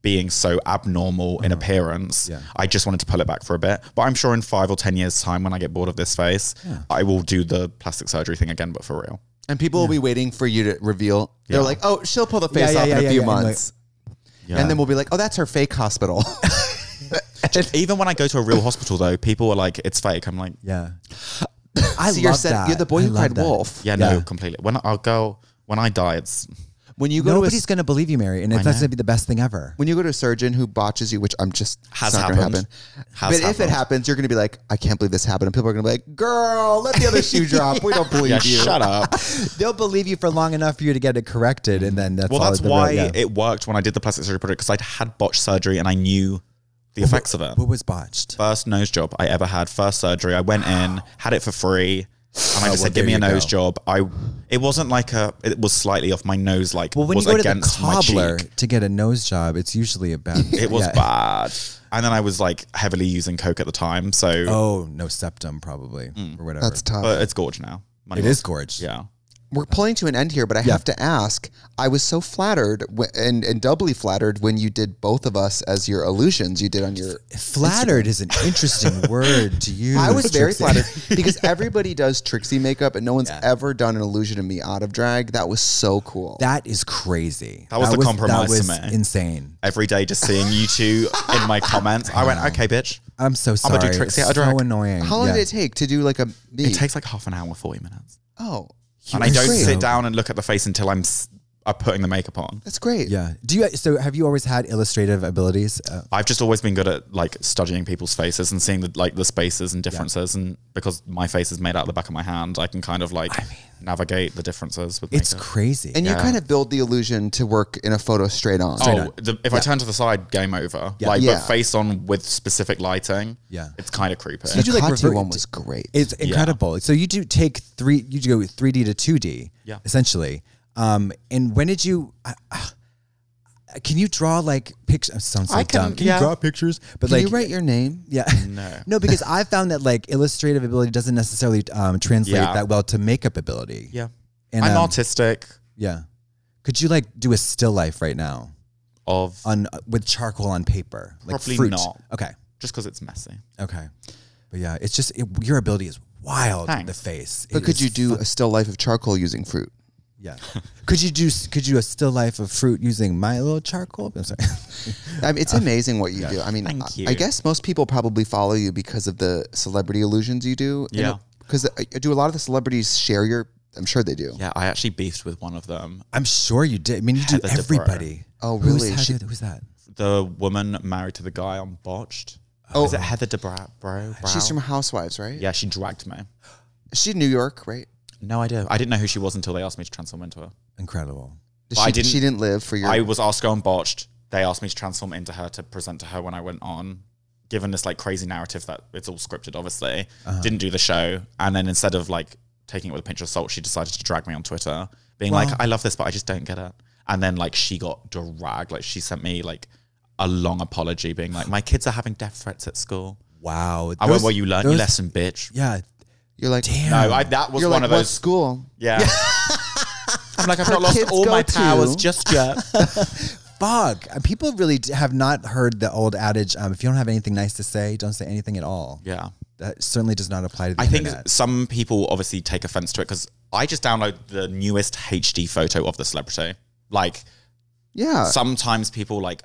S3: being so abnormal
S2: Uh-huh.
S3: in appearance.
S1: Yeah.
S3: I just wanted to pull it back for a bit. But I'm sure in five or ten years' time, when I get bored of this face, I will do the plastic surgery thing again, but for real.
S2: And people will be waiting for you to reveal. They're
S3: Yeah.
S2: like, oh, she'll pull the
S1: Yeah,
S2: face
S1: yeah,
S2: off
S1: yeah,
S2: in a
S1: yeah,
S2: few
S1: yeah. And like-
S2: months.
S3: Yeah.
S2: And then we'll be like, oh, that's her fake hospital.
S3: Even when I go to a real hospital, though, people are like, "It's fake." I'm like,
S1: yeah. I love
S2: See, you're said-
S1: that.
S2: You're the boy
S1: I
S2: who
S1: love
S2: cried
S1: that.
S2: wolf.
S3: "Yeah, no,
S1: Yeah.
S3: completely." When I- I'll go, when I die, it's
S2: When you go to a
S1: Nobody's gonna believe you, Mary, and it's that's
S3: know.
S1: gonna be the best thing ever.
S2: when you go to a surgeon who botches you, which I'm just it's
S3: Has
S2: not gonna
S3: happened.
S2: happen.
S3: Has
S2: but if it
S3: happened.
S2: happens, you're going to be like, I can't believe this happened. And people are going to be like, girl, let the other shoe drop. We don't believe
S3: yeah,
S2: you.
S3: shut up.
S1: They'll believe you for long enough for you to get it corrected, and then that's
S3: Well,
S1: all
S3: that's
S1: the real-
S3: why
S1: yeah.
S3: it worked when I did the plastic surgery product because I'd had botched surgery and I knew the effects of it.
S1: What was botched?
S3: First nose job I ever had, first surgery. I went in, had it for free, and I just
S1: Oh, well,
S3: said, "Give me
S1: there
S3: a
S1: you
S3: nose
S1: go.
S3: job." I it wasn't like a. It was slightly off my nose, like
S1: Well, when you
S3: was
S1: go to the
S3: against my
S1: cobbler
S3: cheek.
S1: to get a nose job, it's usually a bad.
S3: It was
S1: yeah.
S3: bad, and then I was like heavily using coke at the time. So,
S1: Oh no, septum probably or whatever.
S2: That's tough.
S3: but it's gorge now. Money
S1: It
S3: well-
S1: is gorge.
S3: Mm. Yeah.
S2: We're pulling to an end here, but I have to ask. I was so flattered w- and, and doubly flattered when you did both of us as your illusions you did on your.
S1: Flattered is an interesting word to use.
S2: I was very
S1: Trixie.
S2: flattered because everybody does Trixie makeup and no one's ever done an illusion of me out of drag. That was so cool.
S1: That is crazy.
S3: That was the
S1: That
S3: compromise
S1: was
S3: to me.
S1: insane.
S3: Every day, just seeing you two in my comments, I went, "Okay, bitch."
S1: I'm so sorry.
S3: I'ma do Trixie
S1: It's
S3: out of
S1: so
S3: drag.
S1: annoying.
S2: How long
S1: Yeah.
S2: did it take to do like a me?
S3: It takes like half an hour, forty minutes.
S2: oh,
S3: and I
S2: that's
S3: don't
S2: great.
S3: sit down and look at the face until I'm s- uh, putting the makeup on.
S2: That's great.
S1: Yeah. Do you? So have you always had illustrative abilities? Uh,
S3: I've just always been good at like studying people's faces and seeing the like the spaces and differences, and because my face is made out of the back of my hand, I can kind of like navigate the differences with
S1: it's
S3: makeup.
S1: crazy.
S2: And you kind of build the illusion to work in a photo straight on.
S3: Oh, the, if I turn to the side, game over. Like,
S2: Yeah.
S3: but face on with specific lighting,
S1: Yeah.
S3: it's kind of creepy.
S1: you do like
S2: Kati
S1: revert-
S2: one was great.
S1: It's incredible. So you do take three. You do go three D to two D.
S3: Yeah.
S1: Essentially. Um. And when did you? Uh, uh, can you draw like pictures? Sounds so
S3: I can-
S1: dumb. Can
S3: yeah.
S1: you draw pictures? But
S2: Can
S1: like,
S2: you write your name?
S1: Yeah.
S3: No.
S1: no, because I found that like illustrative ability doesn't necessarily um, translate
S3: Yeah.
S1: that well to makeup ability.
S3: yeah,
S1: And,
S3: I'm
S1: um,
S3: artistic.
S1: Yeah. Could you like do a still life right now
S3: Of
S1: on with charcoal on paper? Like
S3: Probably
S1: fruit.
S3: not.
S1: Okay.
S3: just because it's messy.
S1: Okay. But yeah, it's just it, your ability is wild.
S3: Thanks.
S1: The face.
S2: But
S1: It
S2: could
S1: is
S2: you do
S1: fu-
S2: a still life of charcoal using fruit?
S1: yeah. could you do? s- Could you do a still life of fruit using my little charcoal? I'm sorry.
S2: I mean, it's amazing what you do. I mean,
S3: Uh, Thank
S2: I-
S3: you.
S2: I guess most people probably follow you because of the celebrity illusions you do.
S3: Yeah.
S2: Because uh, do a lot of the celebrities share your? I'm sure they do.
S3: Yeah, I actually beefed with one of them.
S1: I'm sure you did. I mean, you do
S3: Heather DeBro.
S1: everybody.
S2: Oh, really?
S1: Who's, Heather-
S2: She-
S1: who's that?
S3: The woman married to the guy on Botched.
S2: Oh.
S3: Oh, is it Heather DeBro? Brow?
S2: She's from Housewives, right?
S3: Yeah, she dragged me.
S2: She's in New York, right?
S3: No idea. I didn't know who she was until they asked me to transform into her.
S1: Incredible.
S2: She,
S3: I
S2: didn't,
S3: didn't-
S2: she didn't live for your.
S3: I was asked to go on botched. They asked me to transform into her to present to her when I went on. Given this like crazy narrative that it's all scripted, obviously, didn't do the show, and then instead of like taking it with a pinch of salt, she decided to drag me on Twitter, being like, "I love this, but I just don't get it." And then like she got dragged. Like she sent me like a long apology, being like, "My kids are having death threats at school."
S1: Wow.
S3: I
S1: Those-
S3: went, "Well, you learned your
S1: those-
S3: lesson, bitch."
S1: Yeah.
S2: you're like,
S1: Damn.
S3: No, I, that was
S2: you're
S3: one
S2: like,
S3: of
S2: what
S3: those.
S2: school?
S3: Yeah. I'm like, I've not lost
S2: kids
S3: all
S2: go
S3: my
S2: to-
S3: powers just yet.
S1: Fuck. Uh, People really d- have not heard the old adage um, if you don't have anything nice to say, don't say anything at all.
S3: yeah.
S1: That certainly does not apply to the
S3: I think
S1: internet.
S3: some people obviously take offense to it because I just download the newest HD photo of the celebrity. Like
S2: Yeah.
S3: sometimes people like,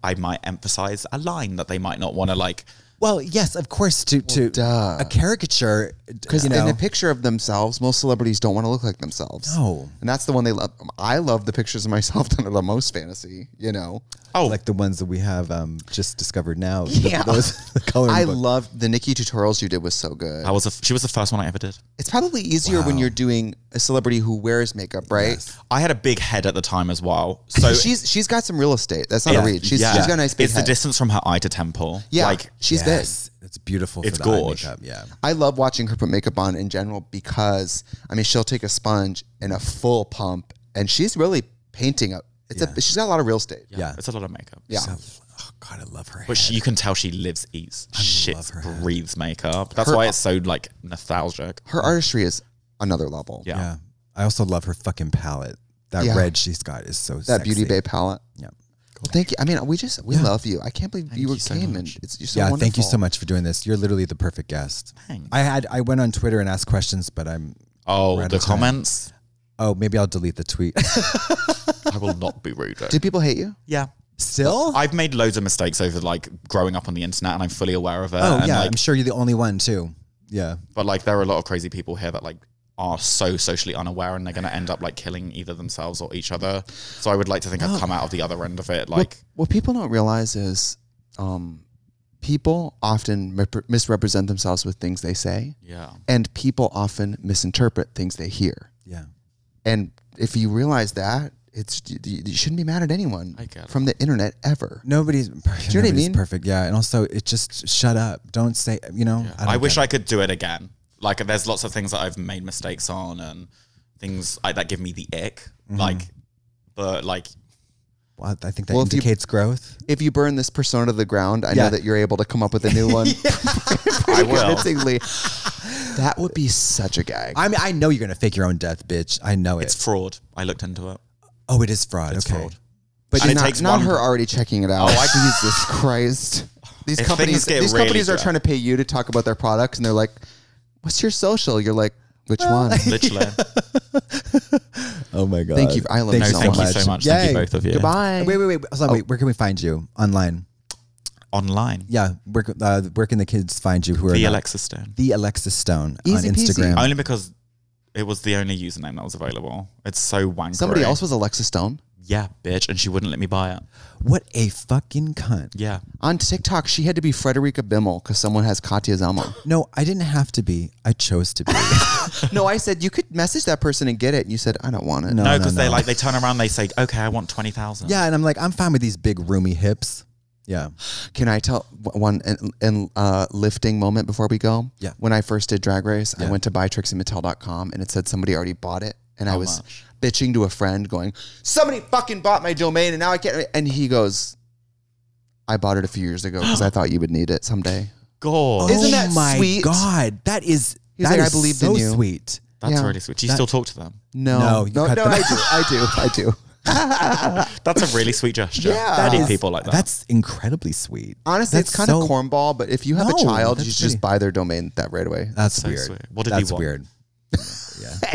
S3: I might emphasize a line that they might not want to like.
S1: Well, yes, of course, to, to
S2: duh.
S1: a caricature,
S2: Because
S1: because you know,
S2: in a picture of themselves, most celebrities don't want to look like themselves.
S1: No.
S2: And that's the one they love. I love the pictures of myself that are the most fantasy, you know?
S3: Oh,
S1: like the ones that we have um, just discovered now. the-
S2: Yeah.
S1: those, the coloring
S2: I
S1: book.
S2: loved the Nikki tutorials you did was so good.
S3: I was a, she was the first one I ever did.
S2: It's probably easier when you're doing a celebrity who wears makeup, right?
S3: I had a big head at the time as well. So
S2: she's she's got some real estate. That's not
S3: Yeah.
S2: a read. She's
S3: Yeah.
S2: she's got a nice big
S3: It's
S2: head.
S3: the distance from her eye to temple.
S2: yeah,
S3: Like
S2: she's big.
S1: yes, it's beautiful.
S3: It's
S1: for the eye
S3: gorge.
S1: makeup, Yeah,
S2: I love watching her put makeup on in general because I mean she'll take a sponge and a full pump, and she's really painting up. It's a she's got a lot of real estate.
S1: yeah.
S3: it's a lot of makeup.
S2: Yeah.
S1: Oh God, I love her. head.
S3: But she, you can tell she lives, eats, shits,
S1: her head.
S3: breathes makeup. That's why it's so like nostalgic.
S2: her artistry is another level.
S3: Yeah.
S1: yeah, I also love her fucking palette. That
S2: Yeah.
S1: red she's got is so
S2: that
S1: sexy.
S2: Beauty Bay palette.
S1: Yeah.
S2: Well, thank you. I mean, we just we love you. I can't believe you, were came and it's you're so
S1: yeah,
S2: wonderful.
S1: thank you so much for doing this. You're literally the perfect guest.
S3: Thanks.
S1: I had I went on Twitter and asked questions, but I'm
S3: Oh,
S1: We're out
S3: the
S1: of time.
S3: comments.
S1: oh maybe I'll delete the tweet.
S3: I will not be rude.
S2: Do people hate you?
S3: yeah.
S1: Still?
S3: I've made loads of mistakes over like growing up on the internet, and I'm fully aware of it.
S1: oh
S3: and,
S1: yeah,
S3: like,
S1: I'm sure you're the only one too. Yeah,
S3: but like there are a lot of crazy people here that like are so socially unaware, and they're going to end up like killing either themselves or each other. So I would like to think I've come out of the other end of it. Like,
S2: what, what people don't realize is, um, people often rep- misrepresent themselves with things they say,
S3: yeah,
S2: and people often misinterpret things they hear.
S1: yeah.
S2: And if you realize that, it's you, you shouldn't be mad at anyone
S3: I get it.
S2: from the internet ever.
S1: Nobody's, nobody's
S2: I mean?
S1: perfect. Yeah, and also it just shut up. Don't say. You know,
S3: I, wish I could do it again. Like, there's lots of things that I've made mistakes on, and things like that give me the ick.
S2: Mm-hmm.
S3: Like, but like,
S1: I, I think that
S2: Well, if you-
S1: indicates growth.
S2: If you burn this persona to the ground, I
S1: Yeah.
S2: know that you're able to come up with a new one.
S3: I will.
S2: Convincingly. That would be such a gag.
S1: I mean, I know you're gonna fake your own death, bitch. I know it.
S3: It's fraud. I looked into it.
S1: oh, it is fraud.
S3: It's
S1: okay.
S3: fraud.
S2: But
S3: And it
S2: not,
S3: takes
S2: not
S3: one-
S2: her already checking it out.
S3: Oh, I-
S2: Jesus Christ! These
S3: If
S2: companies,
S3: things get
S2: these
S3: really
S2: companies are
S3: good.
S2: trying to pay you to talk about their products, and they're like, "What's your social?" You're like, "Which one?"
S3: Literally.
S1: Oh my god.
S2: Thank you. I love
S1: Thank you
S2: you so
S1: so
S3: Thank you
S2: much.
S3: so much. Thank
S1: Yay. Oh.
S3: you both of you.
S2: Goodbye.
S1: Wait, wait, wait. Hold on, wait. Where can we find you online?
S3: Online.
S1: Yeah, where c- uh, where can the kids find you? Who are
S3: The
S1: not-
S3: Alexa Stone.
S1: the Alexis Stone
S2: Easy
S1: on
S2: peasy.
S1: Instagram.
S3: Only because it was the only username that was available. It's so wanky.
S2: Somebody else was Alexa Stone
S3: Yeah, bitch. And she wouldn't let me buy it.
S1: What a fucking cunt.
S3: Yeah.
S2: on TikTok. She had to be Frederica Bimmel because someone has Katya Zama.
S1: No, I didn't have to be. I chose to be.
S2: no, I said you could message that person and get it, and you said I don't want it.
S1: No.
S3: No, because they like, they turn around, they say, okay, I want 20,000.
S1: yeah, and I'm like, I'm fine with these big roomy hips. Yeah.
S2: Can I tell w- one and, and uh, lifting moment before we go?
S1: Yeah.
S2: When I first did Drag Race, I
S1: Yeah.
S2: went to buy com and it said somebody already bought it. And
S1: Oh,
S2: I was bitching to a friend going, somebody fucking bought my domain and now I can't. And he goes, I bought it a few years ago because I thought you would need it someday.
S3: God.
S2: Isn't
S1: oh
S2: that
S1: my
S2: sweet?
S1: god, that is
S2: He's
S1: that
S2: like,
S1: is
S2: I believed
S1: so
S2: in you.
S1: sweet.
S3: That's
S2: Yeah.
S3: really sweet. Do you still talk to them?
S2: No,
S1: No,
S2: no,
S1: you
S2: no,
S1: cut them
S2: I do.
S1: out.
S2: I do. I do.
S3: That's a really sweet gesture.
S2: Yeah.
S3: I
S2: That
S3: need
S2: is-
S3: people like that.
S1: That's incredibly sweet.
S2: Honestly,
S1: That's
S2: it's kind
S1: so-
S2: of cornball, but if you have
S1: No,
S2: a child, you
S1: that's
S2: should
S1: pretty-
S2: just buy their domain that right away.
S1: That's
S3: so
S1: weird.
S3: sweet. What did he
S1: That's
S3: want?
S1: weird.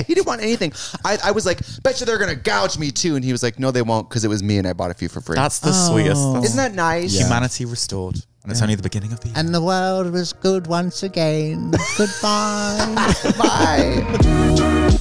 S2: he didn't want anything. I, I was like, bet you they're going to gouge me too. And he was like, no, they won't because it was me and I bought a few for free.
S3: That's the sweetest. That's
S2: Isn't that nice?
S3: humanity restored? And it's only the beginning of the year.
S6: And the world was good once again. Goodbye.
S2: Bye.